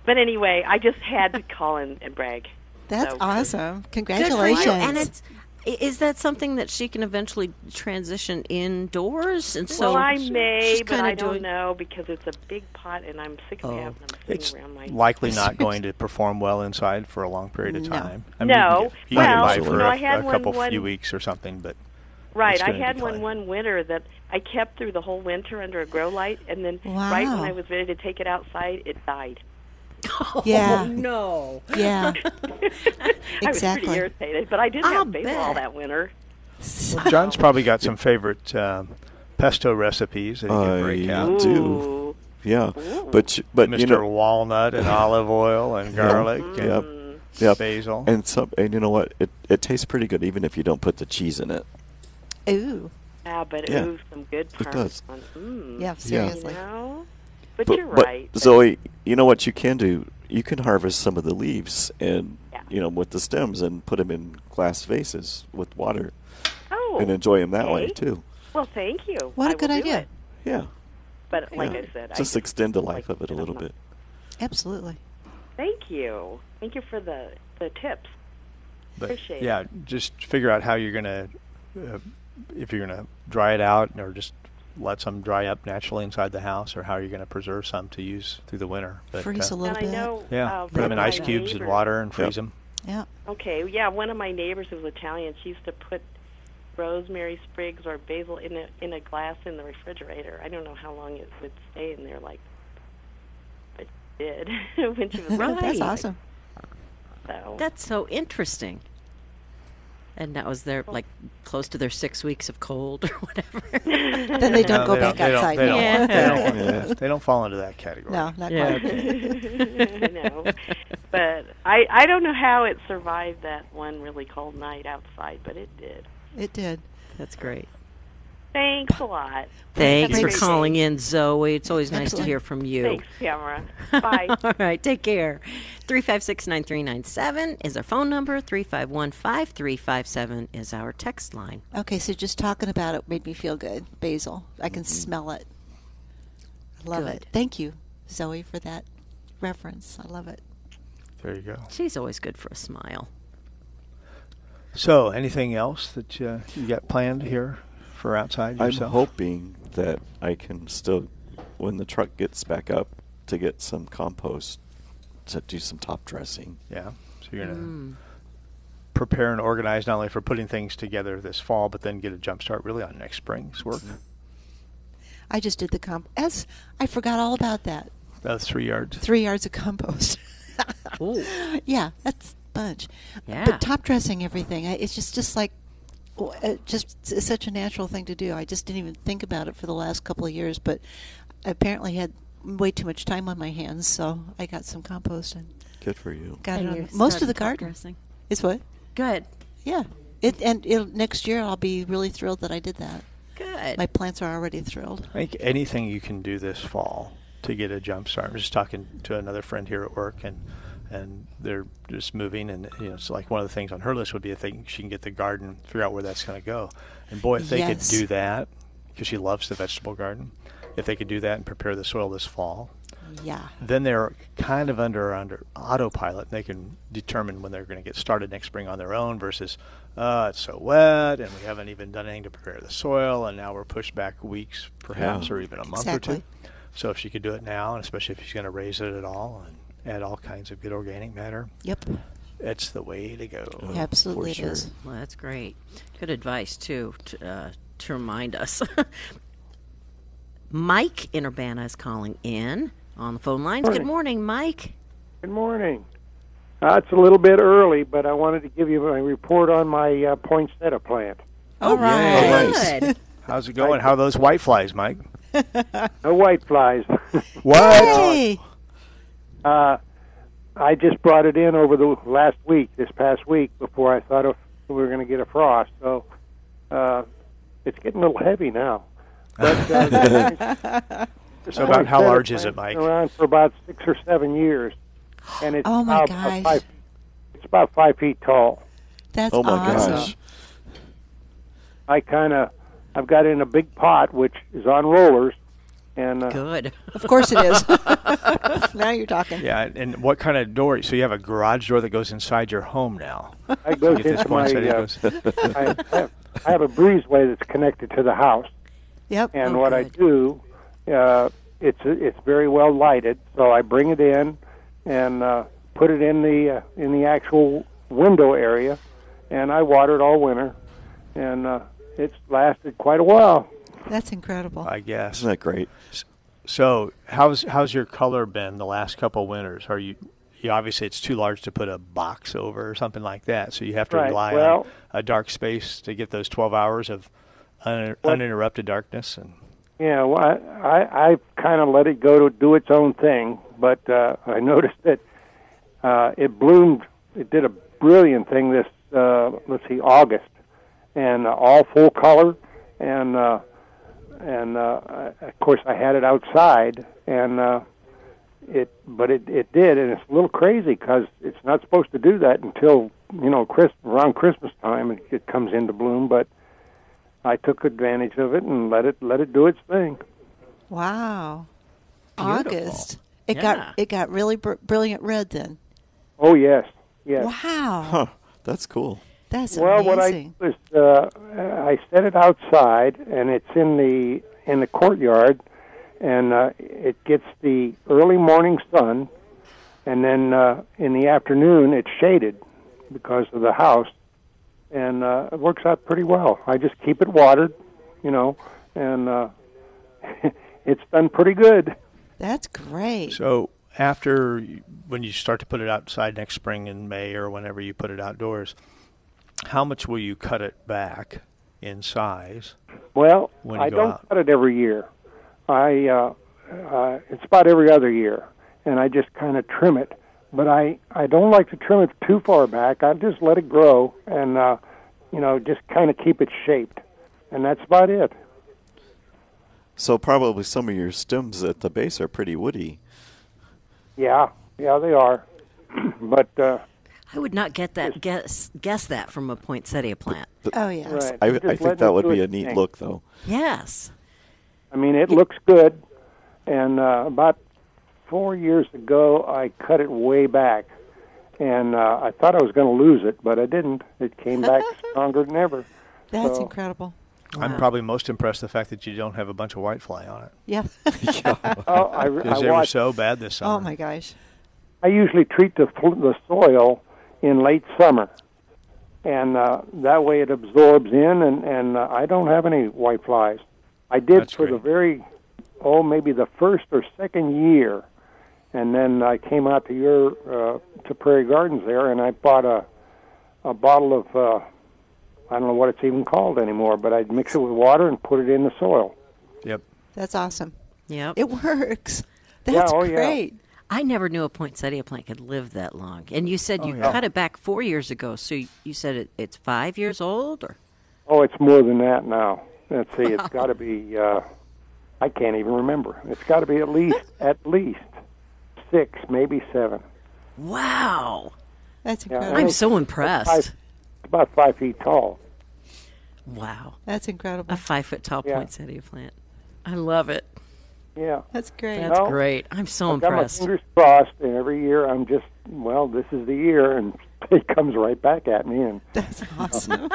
Speaker 6: but anyway, I just had to call and, and brag.
Speaker 2: That's
Speaker 6: So-
Speaker 2: awesome.
Speaker 1: Good for you.
Speaker 2: Congratulations.
Speaker 1: And it's i- is that something that she can eventually transition indoors? And so
Speaker 6: well, I
Speaker 1: she-
Speaker 6: may,
Speaker 1: she's
Speaker 6: but
Speaker 1: kinda
Speaker 6: I don't
Speaker 1: doing-
Speaker 6: know because it's a big pot, and I'm sick of having them sitting
Speaker 4: Oh, It's
Speaker 6: around my.
Speaker 4: likely not going to perform well inside for a long period of
Speaker 2: No.
Speaker 4: time.
Speaker 6: No.
Speaker 4: you can
Speaker 3: Well,
Speaker 4: get, you can buy
Speaker 3: you
Speaker 4: for
Speaker 3: know,
Speaker 4: a,
Speaker 6: I had
Speaker 4: a
Speaker 6: one-
Speaker 4: couple few
Speaker 6: one-
Speaker 4: weeks or something, but
Speaker 6: Right.
Speaker 4: It's
Speaker 6: I
Speaker 4: gonna
Speaker 6: had
Speaker 4: decline.
Speaker 6: one one winter that I kept through the whole winter under a grow light, and then right when
Speaker 2: Wow.
Speaker 6: I was ready to take it outside, it died. *laughs*
Speaker 2: yeah.
Speaker 1: No.
Speaker 2: *laughs* Yeah.
Speaker 6: I was
Speaker 2: Exactly.
Speaker 6: pretty irritated, but I did
Speaker 1: I'll
Speaker 6: have basil all
Speaker 1: bet.
Speaker 6: that winter.
Speaker 4: John's probably got some favorite um, pesto recipes that he
Speaker 3: Uh,
Speaker 4: can break
Speaker 3: yeah.
Speaker 4: out.
Speaker 3: do.
Speaker 6: Ooh.
Speaker 3: Yeah, but you- but
Speaker 4: Mr.
Speaker 3: you know,
Speaker 4: Walnut
Speaker 3: *laughs*
Speaker 4: and olive oil and garlic
Speaker 3: Yep.
Speaker 4: and
Speaker 3: Yep.
Speaker 4: basil.
Speaker 3: and some and you know what? It it tastes pretty good even if you don't put the cheese in it.
Speaker 2: Ooh.
Speaker 6: Yeah, but it
Speaker 3: Yeah.
Speaker 6: ooh, some good
Speaker 3: It does.
Speaker 6: parmesan. Mm,
Speaker 2: Yeah,
Speaker 6: You
Speaker 2: seriously.
Speaker 6: know? But,
Speaker 3: But,
Speaker 6: you're
Speaker 3: but
Speaker 6: right.
Speaker 3: Zoe, you know what you can do? You can harvest some of the leaves and
Speaker 6: Yeah.
Speaker 3: you know with the stems and put them in glass vases with water
Speaker 6: oh,
Speaker 3: and enjoy them that way
Speaker 6: okay.
Speaker 3: too.
Speaker 6: Well, thank you.
Speaker 2: What
Speaker 6: a
Speaker 2: a good idea.
Speaker 3: Yeah,
Speaker 6: But like
Speaker 3: yeah.
Speaker 6: I said, I
Speaker 3: just extend the life
Speaker 6: like
Speaker 3: of it a
Speaker 6: I'm
Speaker 3: little
Speaker 6: not-
Speaker 3: bit.
Speaker 2: Absolutely.
Speaker 6: Thank you. Thank you for the the tips.
Speaker 4: But,
Speaker 6: Appreciate
Speaker 4: yeah, just figure out how you're going to uh, if you're going to dry it out or just let some dry up naturally inside the house, or how you're going to preserve some to use through the winter. But,
Speaker 2: Freeze
Speaker 4: uh,
Speaker 2: a little
Speaker 6: and
Speaker 2: bit.
Speaker 6: I know.
Speaker 4: Yeah,
Speaker 6: uh,
Speaker 4: put them in
Speaker 6: one of
Speaker 4: ice
Speaker 6: my
Speaker 4: cubes and
Speaker 6: neighbors-
Speaker 4: water and freeze them.
Speaker 2: Yeah.
Speaker 6: Okay, yeah, one of my neighbors who was Italian, she used to put rosemary sprigs or basil in a in a glass in the refrigerator. I don't know how long it would stay in there, like, but she did *laughs* when she was
Speaker 1: Right.
Speaker 2: That's
Speaker 6: *laughs*
Speaker 2: awesome.
Speaker 6: so.
Speaker 1: That's so interesting. And that was their like close to their six weeks of cold or whatever.
Speaker 6: *laughs*
Speaker 2: Then they don't
Speaker 4: No,
Speaker 2: go
Speaker 4: they
Speaker 2: back
Speaker 4: they
Speaker 2: outside.
Speaker 4: They don't,
Speaker 1: Yeah.
Speaker 4: want- they, don't want that.
Speaker 3: *laughs*
Speaker 4: They don't fall into that category.
Speaker 2: *laughs* No, not
Speaker 1: Yeah,
Speaker 2: quite.
Speaker 6: you know, but I I don't know how it survived that one really cold night outside, but it did.
Speaker 2: It did.
Speaker 1: That's great.
Speaker 6: Thanks a lot.
Speaker 1: Thanks
Speaker 6: Have
Speaker 1: for
Speaker 6: a great
Speaker 1: calling
Speaker 6: day.
Speaker 1: in, Zoe. It's always nice to
Speaker 2: Excellent.
Speaker 1: hear from you. *laughs*
Speaker 6: Thanks, Tamara.
Speaker 2: *laughs*
Speaker 6: Bye.
Speaker 1: All right, take care. 356 9397 is our phone number. 351 5357 is our text line.
Speaker 2: Okay, so just talking about it made me feel good. Basil. I can smell it. I love it.
Speaker 1: Mm-hmm. Good.
Speaker 2: Thank you, Zoe, for that reference. I love it.
Speaker 4: There you go.
Speaker 1: She's always good for a smile.
Speaker 4: So, anything else that uh, you got planned here for outside
Speaker 3: I'm
Speaker 4: yourself?
Speaker 3: hoping that I can still, when the truck gets back up, to get some compost to do some top dressing.
Speaker 4: Yeah. So you're gonna
Speaker 1: Mm.
Speaker 4: prepare and organize not only for putting things together this fall, but then get a jump start really on next spring's work.
Speaker 2: I just did the comp. As I forgot all about that.
Speaker 4: Uh, three yards.
Speaker 2: Three yards of compost. *laughs*
Speaker 1: Ooh.
Speaker 2: yeah, that's a bunch.
Speaker 1: Yeah.
Speaker 2: But top dressing everything. I, it's just just like w- uh, just it's such a natural thing to do. I just didn't even think about it for the last couple of years, but I apparently had way too much time on my hands, so I got some compost and
Speaker 3: Good for you.
Speaker 2: got it on most of the garden. Is what?
Speaker 1: Good.
Speaker 2: Yeah. It and it'll, next year I'll be really thrilled that I did that.
Speaker 1: Good.
Speaker 2: My plants are already thrilled.
Speaker 4: I think anything you can do this fall to get a jump start. I was just talking to another friend here at work, and and they're just moving, and you know, it's like one of the things on her list would be if they she can get the garden, figure out where that's going to go, and boy, if they
Speaker 2: Yes.
Speaker 4: could do that, because she loves the vegetable garden, if they could do that and prepare the soil this fall,
Speaker 2: Yeah.
Speaker 4: then they're kind of under under autopilot. They can determine when they're going to get started next spring on their own versus uh, it's so wet and we haven't even done anything to prepare the soil and now we're pushed back weeks perhaps
Speaker 3: Yeah.
Speaker 4: or even a month or
Speaker 2: Exactly.
Speaker 4: two. So if she could do it now, and especially if she's going to raise it at all and add all kinds of good organic matter,
Speaker 2: Yep.
Speaker 4: it's the way to go.
Speaker 2: Absolutely it
Speaker 3: sure.
Speaker 2: is.
Speaker 1: Well, that's great. Good advice, too, to, uh, to remind us. *laughs* Mike in Urbana is calling in on the phone lines. Good morning, Mike.
Speaker 7: Good morning. Uh, it's a little bit early, but I wanted to give you my report on my uh, poinsettia plant.
Speaker 3: Oh,
Speaker 2: All right.
Speaker 1: Good.
Speaker 4: How's it going? How are those white flies, Mike?
Speaker 7: No white flies. *laughs*
Speaker 4: What?
Speaker 2: Hey.
Speaker 7: uh, I just brought it in over the last week, this past week, before I thought of, we were going to get a frost. So uh, it's getting a little heavy now. But uh,
Speaker 2: *laughs*
Speaker 7: the
Speaker 4: So about
Speaker 7: poinsettia
Speaker 4: how large is it,
Speaker 7: plant's
Speaker 4: Mike?
Speaker 7: Been around for about six or seven years, and it's
Speaker 2: Oh, my
Speaker 7: about a
Speaker 2: gosh.
Speaker 7: five. It's about five feet tall.
Speaker 2: That's
Speaker 3: Oh my
Speaker 2: awesome.
Speaker 3: gosh.
Speaker 7: I kind of I've got it in a big pot which is on rollers, and uh,
Speaker 1: Good.
Speaker 2: Of course it is.
Speaker 3: *laughs*
Speaker 2: *laughs* now you're talking.
Speaker 4: Yeah, and what kind of door? So you have a garage door that goes inside your home now.
Speaker 7: I goes
Speaker 4: Get this
Speaker 7: into my.
Speaker 4: poinsettia
Speaker 7: Uh,
Speaker 4: goes-
Speaker 7: *laughs* I, I have, I have a breezeway that's connected to the house,
Speaker 2: Yep.
Speaker 7: and
Speaker 1: Oh,
Speaker 7: what I
Speaker 1: good.
Speaker 7: do, uh, it's it's very well lighted, so I bring it in and uh, put it in the uh, in the actual window area, and I water it all winter, and uh, it's lasted quite a while.
Speaker 2: That's incredible.
Speaker 4: I guess.
Speaker 3: Isn't that great?
Speaker 4: So how's how's your color been the last couple of winters? Are you, you obviously it's too large to put a box over or something like that, so you have to
Speaker 7: Right,
Speaker 4: rely on
Speaker 7: well-
Speaker 4: a dark space to get those twelve hours of un,
Speaker 7: What-
Speaker 4: uninterrupted darkness. And
Speaker 7: Yeah, well, I I, I kind of let it go to do its own thing, but uh, I *laughs* noticed that uh, it bloomed. It did a brilliant thing this uh, let's see August, and uh, all full color, and uh, and uh, I- of course I had it outside, and uh, it but it it did, and it's a little crazy because it's not supposed to do that until you know Chris around Christmas time it, it comes into bloom, but. I took advantage of it and let it let it do its thing.
Speaker 2: Wow. August. It
Speaker 1: Yeah.
Speaker 2: got it got really br- brilliant red then.
Speaker 7: Oh yes, yes.
Speaker 2: Wow.
Speaker 3: Huh. That's cool.
Speaker 2: That's
Speaker 7: well,
Speaker 2: amazing.
Speaker 7: what I was uh, I set it outside, and it's in the in the courtyard, and uh, it gets the early morning sun, and then uh, in the afternoon it's shaded because of the house, and uh, it works out pretty well. I just keep it watered, you know, and uh, *laughs* it's done pretty good.
Speaker 2: That's great.
Speaker 4: So after you- when you start to put it outside next spring in May or whenever you put it outdoors, how much will you cut it back in size?
Speaker 7: Well,
Speaker 4: When you
Speaker 7: I
Speaker 4: go
Speaker 7: don't
Speaker 4: out.
Speaker 7: cut it every year. I uh, uh, it's about every other year, and I just kind of trim it. But I I don't like to trim it too far back. I just let it grow, and uh, you know, just kind of keep it shaped, and that's about it.
Speaker 3: So probably some of your stems at the base are pretty woody.
Speaker 7: Yeah, yeah, they are. *clears throat* but uh,
Speaker 1: I would not get that guess guess that from a poinsettia plant.
Speaker 2: oh yes.
Speaker 7: right,
Speaker 3: I,
Speaker 7: just
Speaker 3: I
Speaker 7: let
Speaker 3: think
Speaker 7: it
Speaker 3: that would
Speaker 7: do
Speaker 3: be a
Speaker 7: its
Speaker 3: neat
Speaker 7: thing.
Speaker 3: look, though.
Speaker 1: Yes.
Speaker 7: I mean, it looks good. And uh, about four years ago, I cut it way back, and uh, I thought I was going to lose it, but I didn't. It came back stronger than ever.
Speaker 2: That's
Speaker 7: So-
Speaker 2: incredible.
Speaker 4: I'm probably most impressed the fact that you don't have a bunch of whitefly on it.
Speaker 2: Yeah.
Speaker 3: *laughs*
Speaker 7: Oh, I,
Speaker 4: Because
Speaker 7: I
Speaker 4: they were
Speaker 7: watch.
Speaker 4: so bad this summer.
Speaker 2: *laughs* oh my gosh.
Speaker 7: I usually treat the fl- the soil in late summer, and uh, that way it absorbs in, and and uh, I don't have any white flies. I did
Speaker 4: That's
Speaker 7: for the
Speaker 4: great.
Speaker 7: very, oh maybe the first or second year, and then I came out to your uh, to Prairie Gardens there, and I bought a a bottle of uh, I don't know what it's even called anymore, but I'd mix it with water and put it in the soil.
Speaker 4: Yep.
Speaker 2: That's awesome.
Speaker 1: Yep.
Speaker 2: It works. That's
Speaker 7: oh, yeah.
Speaker 2: great.
Speaker 1: I never knew a poinsettia plant could live that long. And you said you cut it back four years ago. So you, you said it, it's five years old, or
Speaker 7: Oh, it's more than that now. Let's see, it's got to be. Uh, I can't even remember. It's got to be at least at least six, maybe seven.
Speaker 1: wow!
Speaker 2: That's
Speaker 7: Yeah,
Speaker 2: incredible.
Speaker 1: I'm so
Speaker 7: Five,
Speaker 1: impressed.
Speaker 7: it's about five feet tall.
Speaker 1: Wow,
Speaker 2: That's
Speaker 1: a
Speaker 2: incredible.
Speaker 1: five foot tall
Speaker 7: Yeah.
Speaker 1: poinsettia plant. I love it.
Speaker 7: Yeah,
Speaker 2: That's great.
Speaker 1: That's
Speaker 7: Well,
Speaker 1: great. I'm so
Speaker 7: got my
Speaker 1: impressed.
Speaker 7: fingers crossed, and every year I'm just well, this is the year, and *laughs* it comes right back at me, and *laughs*
Speaker 2: That's awesome.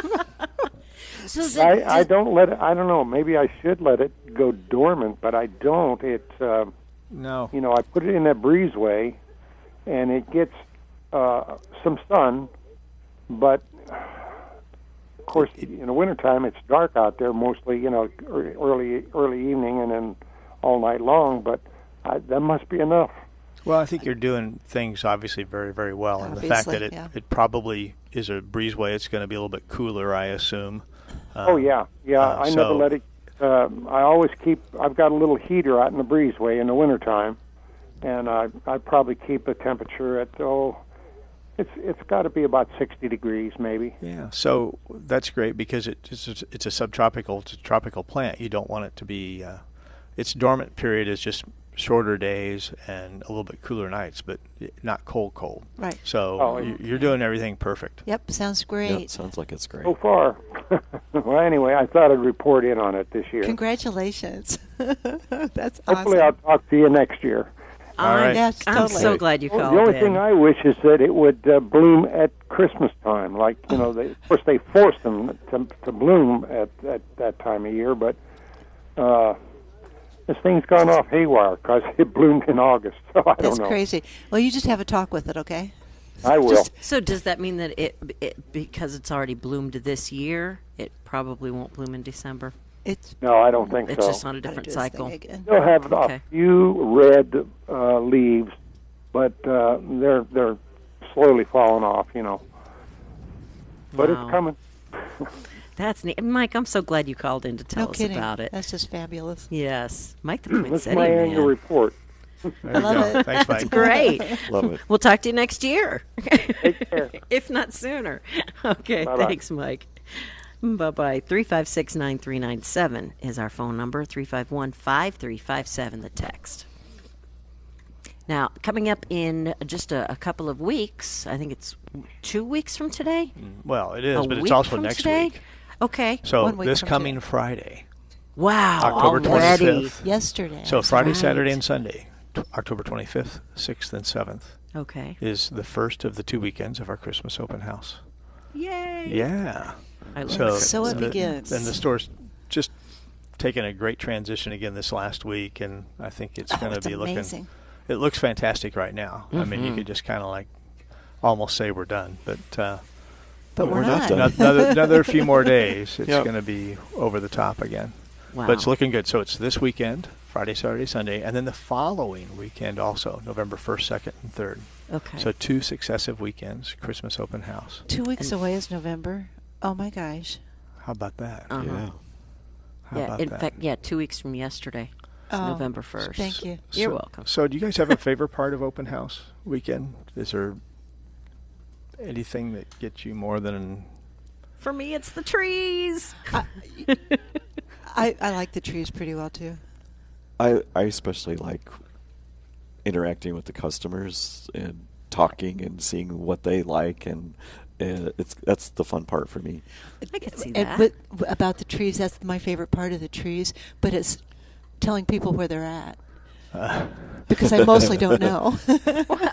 Speaker 1: So then-
Speaker 7: I, I don't let it. I don't know. Maybe I should let it go dormant, but I don't. It. Uh,
Speaker 4: No.
Speaker 7: you know, I put it in that breezeway, and it gets uh, some sun, but of course, in the wintertime, it's dark out there mostly. You know, ear- early early evening and then all night long. But I, that must be enough.
Speaker 4: Well, I think you're doing things obviously very, very well, and the fact that
Speaker 2: Obviously,
Speaker 4: it
Speaker 2: yeah.
Speaker 4: it probably is a breezeway. It's going to be a little bit cooler, I assume.
Speaker 7: oh yeah, yeah.
Speaker 4: uh,
Speaker 7: I
Speaker 4: so-
Speaker 7: never let it. Uh, I always keep. I've got a little heater out in the breezeway in the wintertime, and I I probably keep the temperature at oh, it's it's got to be about sixty degrees maybe.
Speaker 4: Yeah. So that's great because it, it's a- it's a subtropical to tropical plant. You don't want it to be. Uh, its dormant period is just shorter days and a little bit cooler nights, but not cold, cold.
Speaker 2: Right.
Speaker 4: So
Speaker 7: Oh,
Speaker 4: you- you're doing everything perfect.
Speaker 2: yep, sounds
Speaker 3: Yeah,
Speaker 2: great.
Speaker 3: it sounds like it's great.
Speaker 7: So far. *laughs* well, anyway, I thought I'd report in on it this year.
Speaker 2: Congratulations. *laughs* That's
Speaker 7: Hopefully,
Speaker 2: awesome.
Speaker 7: I'll talk to you next year.
Speaker 4: All right.
Speaker 2: Yes,
Speaker 1: I'm
Speaker 2: totally.
Speaker 1: so glad you
Speaker 7: Well,
Speaker 1: called.
Speaker 7: the only
Speaker 1: in.
Speaker 7: thing I wish is that it would uh, bloom at Christmas time. Like you know, they, of course they force them to, to bloom at, at that time of year, but uh, this thing's gone off haywire because *laughs* it bloomed in August. So I
Speaker 2: That's
Speaker 7: don't know.
Speaker 2: crazy. Well, you just have a talk with it, okay?
Speaker 7: I will.
Speaker 1: Just- so does that mean that it, it because it's already bloomed this year, it probably won't bloom in December?
Speaker 2: It's
Speaker 7: no, I don't think
Speaker 1: It's
Speaker 7: so.
Speaker 1: just on a
Speaker 2: gotta do
Speaker 1: different
Speaker 2: this
Speaker 1: cycle.
Speaker 2: thing again.
Speaker 7: They'll have
Speaker 1: Okay.
Speaker 7: a few red uh, leaves, but uh, they're they're slowly falling off. You know, but
Speaker 1: Wow.
Speaker 7: it's coming.
Speaker 1: That's neat, And Mike. I'm so glad you called in to tell
Speaker 2: No
Speaker 1: us
Speaker 2: kidding.
Speaker 1: about it.
Speaker 2: That's just fabulous.
Speaker 1: yes, Mike the
Speaker 7: Hmm, That's
Speaker 1: poinsettia
Speaker 7: my annual
Speaker 1: man.
Speaker 7: report.
Speaker 4: There you
Speaker 2: love
Speaker 4: go.
Speaker 2: it.
Speaker 4: Thanks, Mike.
Speaker 1: Great.
Speaker 7: *laughs*
Speaker 3: Love it.
Speaker 1: We'll talk to you next year,
Speaker 7: care.
Speaker 1: *laughs* if not sooner. *laughs* Okay.
Speaker 7: Bye-bye.
Speaker 1: Thanks, Mike. Bye bye. 356 9397 is our phone number 351 5357, the text. Now, coming up in just a, a couple of weeks, I think it's two weeks from today.
Speaker 4: Well, it
Speaker 1: A
Speaker 4: is, but it's
Speaker 1: week
Speaker 4: also
Speaker 1: from
Speaker 4: next
Speaker 1: today?
Speaker 4: week.
Speaker 1: Okay.
Speaker 4: So
Speaker 2: One week
Speaker 4: this
Speaker 2: from
Speaker 4: coming
Speaker 2: today. Oh,
Speaker 4: Friday,
Speaker 1: wow.
Speaker 4: October
Speaker 1: already.
Speaker 4: 25th.
Speaker 2: Yesterday.
Speaker 4: So Friday,
Speaker 1: right.
Speaker 4: Saturday, and Sunday, t- October 25th, 6th, and 7th,
Speaker 1: Okay.
Speaker 4: is the first of the two weekends of our Christmas open house.
Speaker 1: Yay!
Speaker 4: Yeah.
Speaker 1: I love
Speaker 4: So,
Speaker 1: it.
Speaker 2: So it
Speaker 4: the-
Speaker 2: begins.
Speaker 4: And the store's just taken a great transition again this last week, and I think it's going to
Speaker 2: Oh, it's
Speaker 4: be
Speaker 2: amazing.
Speaker 4: looking. It looks fantastic right now. I mean,
Speaker 3: Mm-hmm.
Speaker 4: you could just kind of like almost say we're done, but uh,
Speaker 2: But we're,
Speaker 3: We're not done.
Speaker 4: ano- another,
Speaker 2: *laughs*
Speaker 4: another few more days, it's
Speaker 3: Yep.
Speaker 4: going to be over the top again.
Speaker 1: Wow.
Speaker 4: But it's looking good. So it's this weekend, Friday, Saturday, Sunday, and then the following weekend also, November 1st, 2nd, and 3rd.
Speaker 1: Okay.
Speaker 4: So two successive weekends, Christmas open house.
Speaker 2: Two weeks away is November. Oh my gosh.
Speaker 4: How about that?
Speaker 1: Uh-huh.
Speaker 3: Yeah.
Speaker 4: How
Speaker 1: yeah.
Speaker 4: about
Speaker 1: In
Speaker 4: that?
Speaker 1: fact, yeah, two weeks from yesterday, It's
Speaker 2: Oh,
Speaker 1: November first.
Speaker 2: Thank you.
Speaker 1: You're
Speaker 4: so,
Speaker 1: welcome.
Speaker 4: So, do you guys
Speaker 1: *laughs*
Speaker 4: have a favorite part of open house weekend? Is there anything that gets you more than
Speaker 1: For me, it's the *laughs* trees.
Speaker 2: I, I like the trees pretty well too.
Speaker 3: I I especially like interacting with the customers and talking and seeing what they like and uh, it's that's the fun part for me.
Speaker 1: I can see
Speaker 2: And
Speaker 1: that.
Speaker 2: with, about the trees, that's my favorite part of the trees. But it's telling people where they're at
Speaker 4: uh,
Speaker 2: because I mostly don't
Speaker 1: *laughs*
Speaker 2: know. *laughs*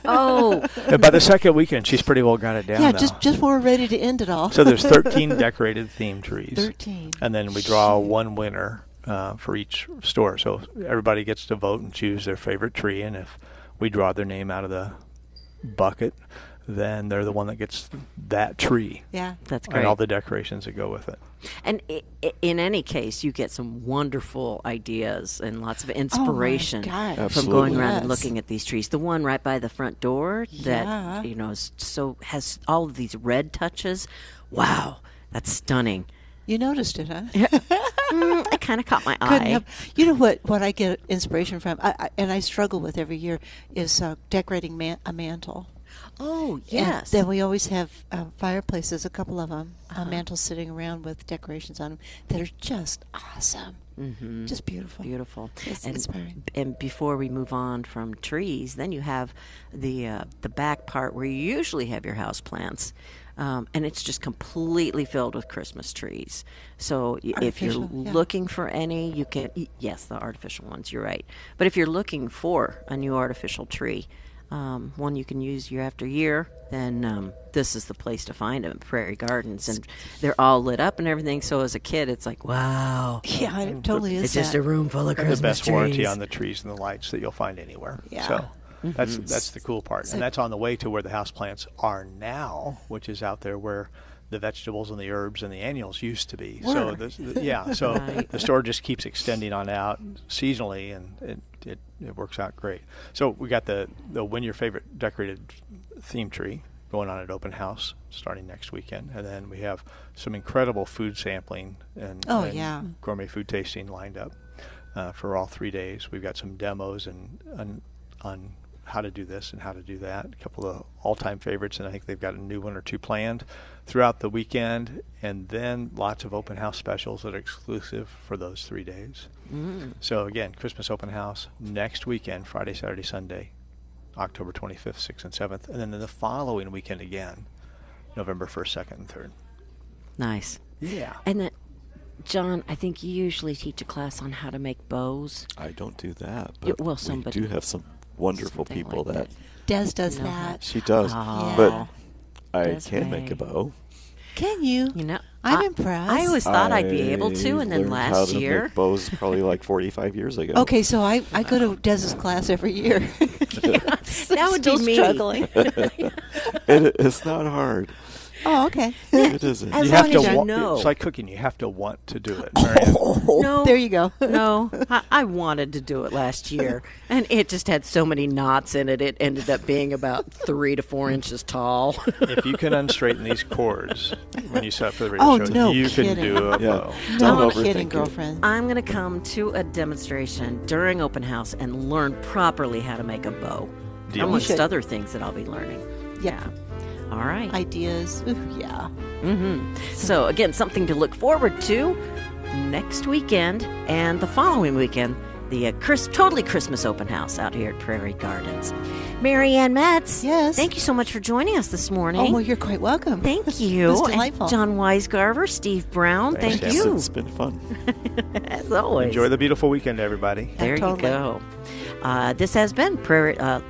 Speaker 1: oh,
Speaker 4: And by the second weekend? She's pretty well got it down.
Speaker 2: yeah,
Speaker 4: now.
Speaker 2: just just when we're ready to end it all.
Speaker 4: so there's
Speaker 2: *laughs*
Speaker 4: 13 decorated theme trees.
Speaker 2: 13.
Speaker 4: And then we draw one winner uh, for each store. So everybody gets to vote and choose their favorite tree. And if we draw their name out of the bucket, then they're the one that gets that tree
Speaker 2: yeah.
Speaker 1: that's great.
Speaker 4: and all the decorations that go with it.
Speaker 1: And i- i- in any case, you get some wonderful ideas and lots of inspiration
Speaker 2: gosh.
Speaker 1: from
Speaker 3: Absolutely.
Speaker 1: going around and
Speaker 2: Yes.
Speaker 1: looking at these trees. The one right by the front door that
Speaker 2: Yeah.
Speaker 1: you know is so has all of these red touches. Wow, that's stunning.
Speaker 2: You noticed it, huh? *laughs*
Speaker 1: Mm, it kind of caught my eye.
Speaker 2: Couldn't have- you know what? What I get inspiration from, I, I, and I struggle with every year, is uh, decorating man, a mantle.
Speaker 1: Oh
Speaker 2: And
Speaker 1: yes, Uh-huh.
Speaker 2: then we always have uh, fireplaces, a couple of them, uh mantles sitting around with decorations on them that are just awesome, mm-hmm. just beautiful.
Speaker 1: beautiful.
Speaker 2: It's
Speaker 1: and,
Speaker 2: inspiring.
Speaker 1: and before we move on from trees, then you have the uh, the back part where you usually have your house plants. Um, and it's just completely filled with Christmas trees. So y- if you're
Speaker 2: Artificial, yeah.
Speaker 1: looking for any, you can. y- Yes, the artificial ones. You're right. But if you're looking for a new artificial tree, um, one you can use year after year, then um, this is the place to find them. Prairie Gardens, and they're all lit up and everything. So as a kid, it's like, wow,
Speaker 2: Yeah, it totally is.
Speaker 1: it's just
Speaker 2: that.
Speaker 1: a room full of Christmas
Speaker 4: the best
Speaker 1: trees.
Speaker 4: warranty on the trees and the lights that you'll find anywhere.
Speaker 2: Yeah.
Speaker 4: So that's that's the cool part, and that's on the way to where the house plants are now, which is out there where the vegetables and the herbs and the annuals used to be. So
Speaker 2: Were.
Speaker 4: the, the- yeah, so the store just keeps extending on out seasonally, and it, it it works out great. So we got the the win your favorite decorated theme tree going on at open house starting next weekend and then we have some incredible food sampling and
Speaker 2: Oh,
Speaker 4: and
Speaker 2: yeah.
Speaker 4: gourmet food tasting lined up uh, for all three days. We've got some demos and on, on how to do this and how to do that. A couple of all-time favorites, and I think they've got a new one or two planned throughout the weekend. And then lots of open house specials that are exclusive for those three days.
Speaker 2: Mm.
Speaker 4: So again, Christmas open house next weekend, Friday, Saturday, Sunday, October 25th, 6th, and 7th, and then the following weekend again, November 1st, 2nd, and 3rd.
Speaker 1: Nice.
Speaker 4: Yeah.
Speaker 1: And then, John, I think you usually teach a class on how to make bows.
Speaker 3: I don't do that,
Speaker 1: Yeah,
Speaker 3: but
Speaker 1: well,
Speaker 3: we
Speaker 1: somebody-
Speaker 3: do have some wonderful
Speaker 1: something
Speaker 3: people
Speaker 1: like
Speaker 3: that,
Speaker 2: Des does
Speaker 1: No.
Speaker 2: that.
Speaker 3: she does.
Speaker 1: Oh.
Speaker 2: Yeah.
Speaker 3: But I
Speaker 1: Does
Speaker 3: can make a
Speaker 1: make.
Speaker 3: bow.
Speaker 2: Can you?
Speaker 1: You know,
Speaker 2: I'm
Speaker 1: I-
Speaker 2: impressed.
Speaker 1: I always thought I would be able to,
Speaker 3: I
Speaker 1: and then
Speaker 3: learned how
Speaker 1: last
Speaker 3: to make
Speaker 1: year,
Speaker 3: bows probably *laughs* like 45 years ago.
Speaker 2: Okay, so I, I go to
Speaker 1: Uh-huh.
Speaker 2: Des's class every year.
Speaker 1: *laughs* *laughs* that would
Speaker 2: Still
Speaker 1: be me.
Speaker 2: struggling.
Speaker 3: *laughs* It, it's not hard.
Speaker 2: oh, okay.
Speaker 3: It isn't.
Speaker 1: As
Speaker 4: you have
Speaker 1: long
Speaker 4: to
Speaker 1: as you
Speaker 4: wa-
Speaker 1: know.
Speaker 4: It's like cooking. You have to want to do it. *laughs* Marianne.
Speaker 1: No,
Speaker 2: There you go.
Speaker 1: *laughs* no, I, I wanted to do it last year, and it just had so many knots in it. It ended up being about three to four inches tall. *laughs*
Speaker 4: if you can unstraighten these cords when you set up for the radio
Speaker 2: Oh,
Speaker 4: show,
Speaker 2: no
Speaker 4: you
Speaker 2: kidding.
Speaker 4: can do a
Speaker 3: Yeah.
Speaker 4: bow.
Speaker 3: Don't
Speaker 2: No
Speaker 3: overthink
Speaker 2: kidding,
Speaker 3: it.
Speaker 2: girlfriend.
Speaker 1: I'm going to come to a demonstration during open house and learn properly how to make a bow,
Speaker 4: Deal.
Speaker 1: amongst
Speaker 2: You should.
Speaker 1: other things that I'll be learning.
Speaker 2: Yeah.
Speaker 1: All right.
Speaker 2: Ideas. Ooh, yeah. Oh,
Speaker 1: So, again, something to look forward to next weekend and the following weekend. The uh, Chris, totally Christmas open house out here at Prairie Gardens. Mary Ann Metz.
Speaker 2: Yes.
Speaker 1: Thank you so much for joining us this morning.
Speaker 2: Oh, well, you're quite welcome. *laughs*
Speaker 1: Thank you.
Speaker 2: It was
Speaker 1: And
Speaker 2: delightful.
Speaker 1: John Weisgarver, Steve Brown.
Speaker 4: Thanks,
Speaker 1: thank
Speaker 4: Ann.
Speaker 1: you.
Speaker 3: It's been fun.
Speaker 1: As always.
Speaker 4: Enjoy the beautiful weekend, everybody.
Speaker 1: There
Speaker 2: Totally.
Speaker 1: you go. Uh, this has been Prairie uh,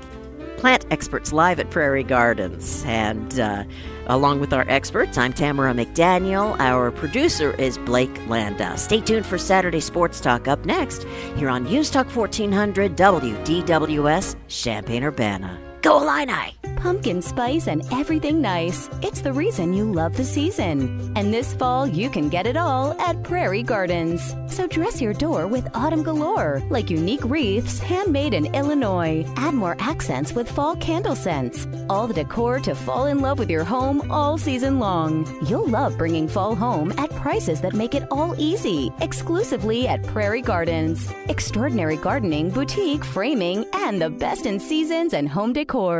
Speaker 1: Plant Experts Live at Prairie Gardens, and uh, Along with our experts, I'm Tamara McDaniel. Our producer is Blake Landa. Stay tuned for Saturday Sports Talk up next here on News Talk 1400 WDWS Champaign Urbana. Go Illini!
Speaker 8: Pumpkin spice and everything nice. It's the reason you love the season. And this fall, you can get it all at Prairie Gardens. So dress your door with autumn galore, like unique wreaths handmade in Illinois. Add more accents with fall candle scents. All the decor to fall in love with your home all season long. You'll love bringing fall home at prices that make it all easy, exclusively at Prairie Gardens. Extraordinary gardening, boutique, framing, and the best in seasons and home decor.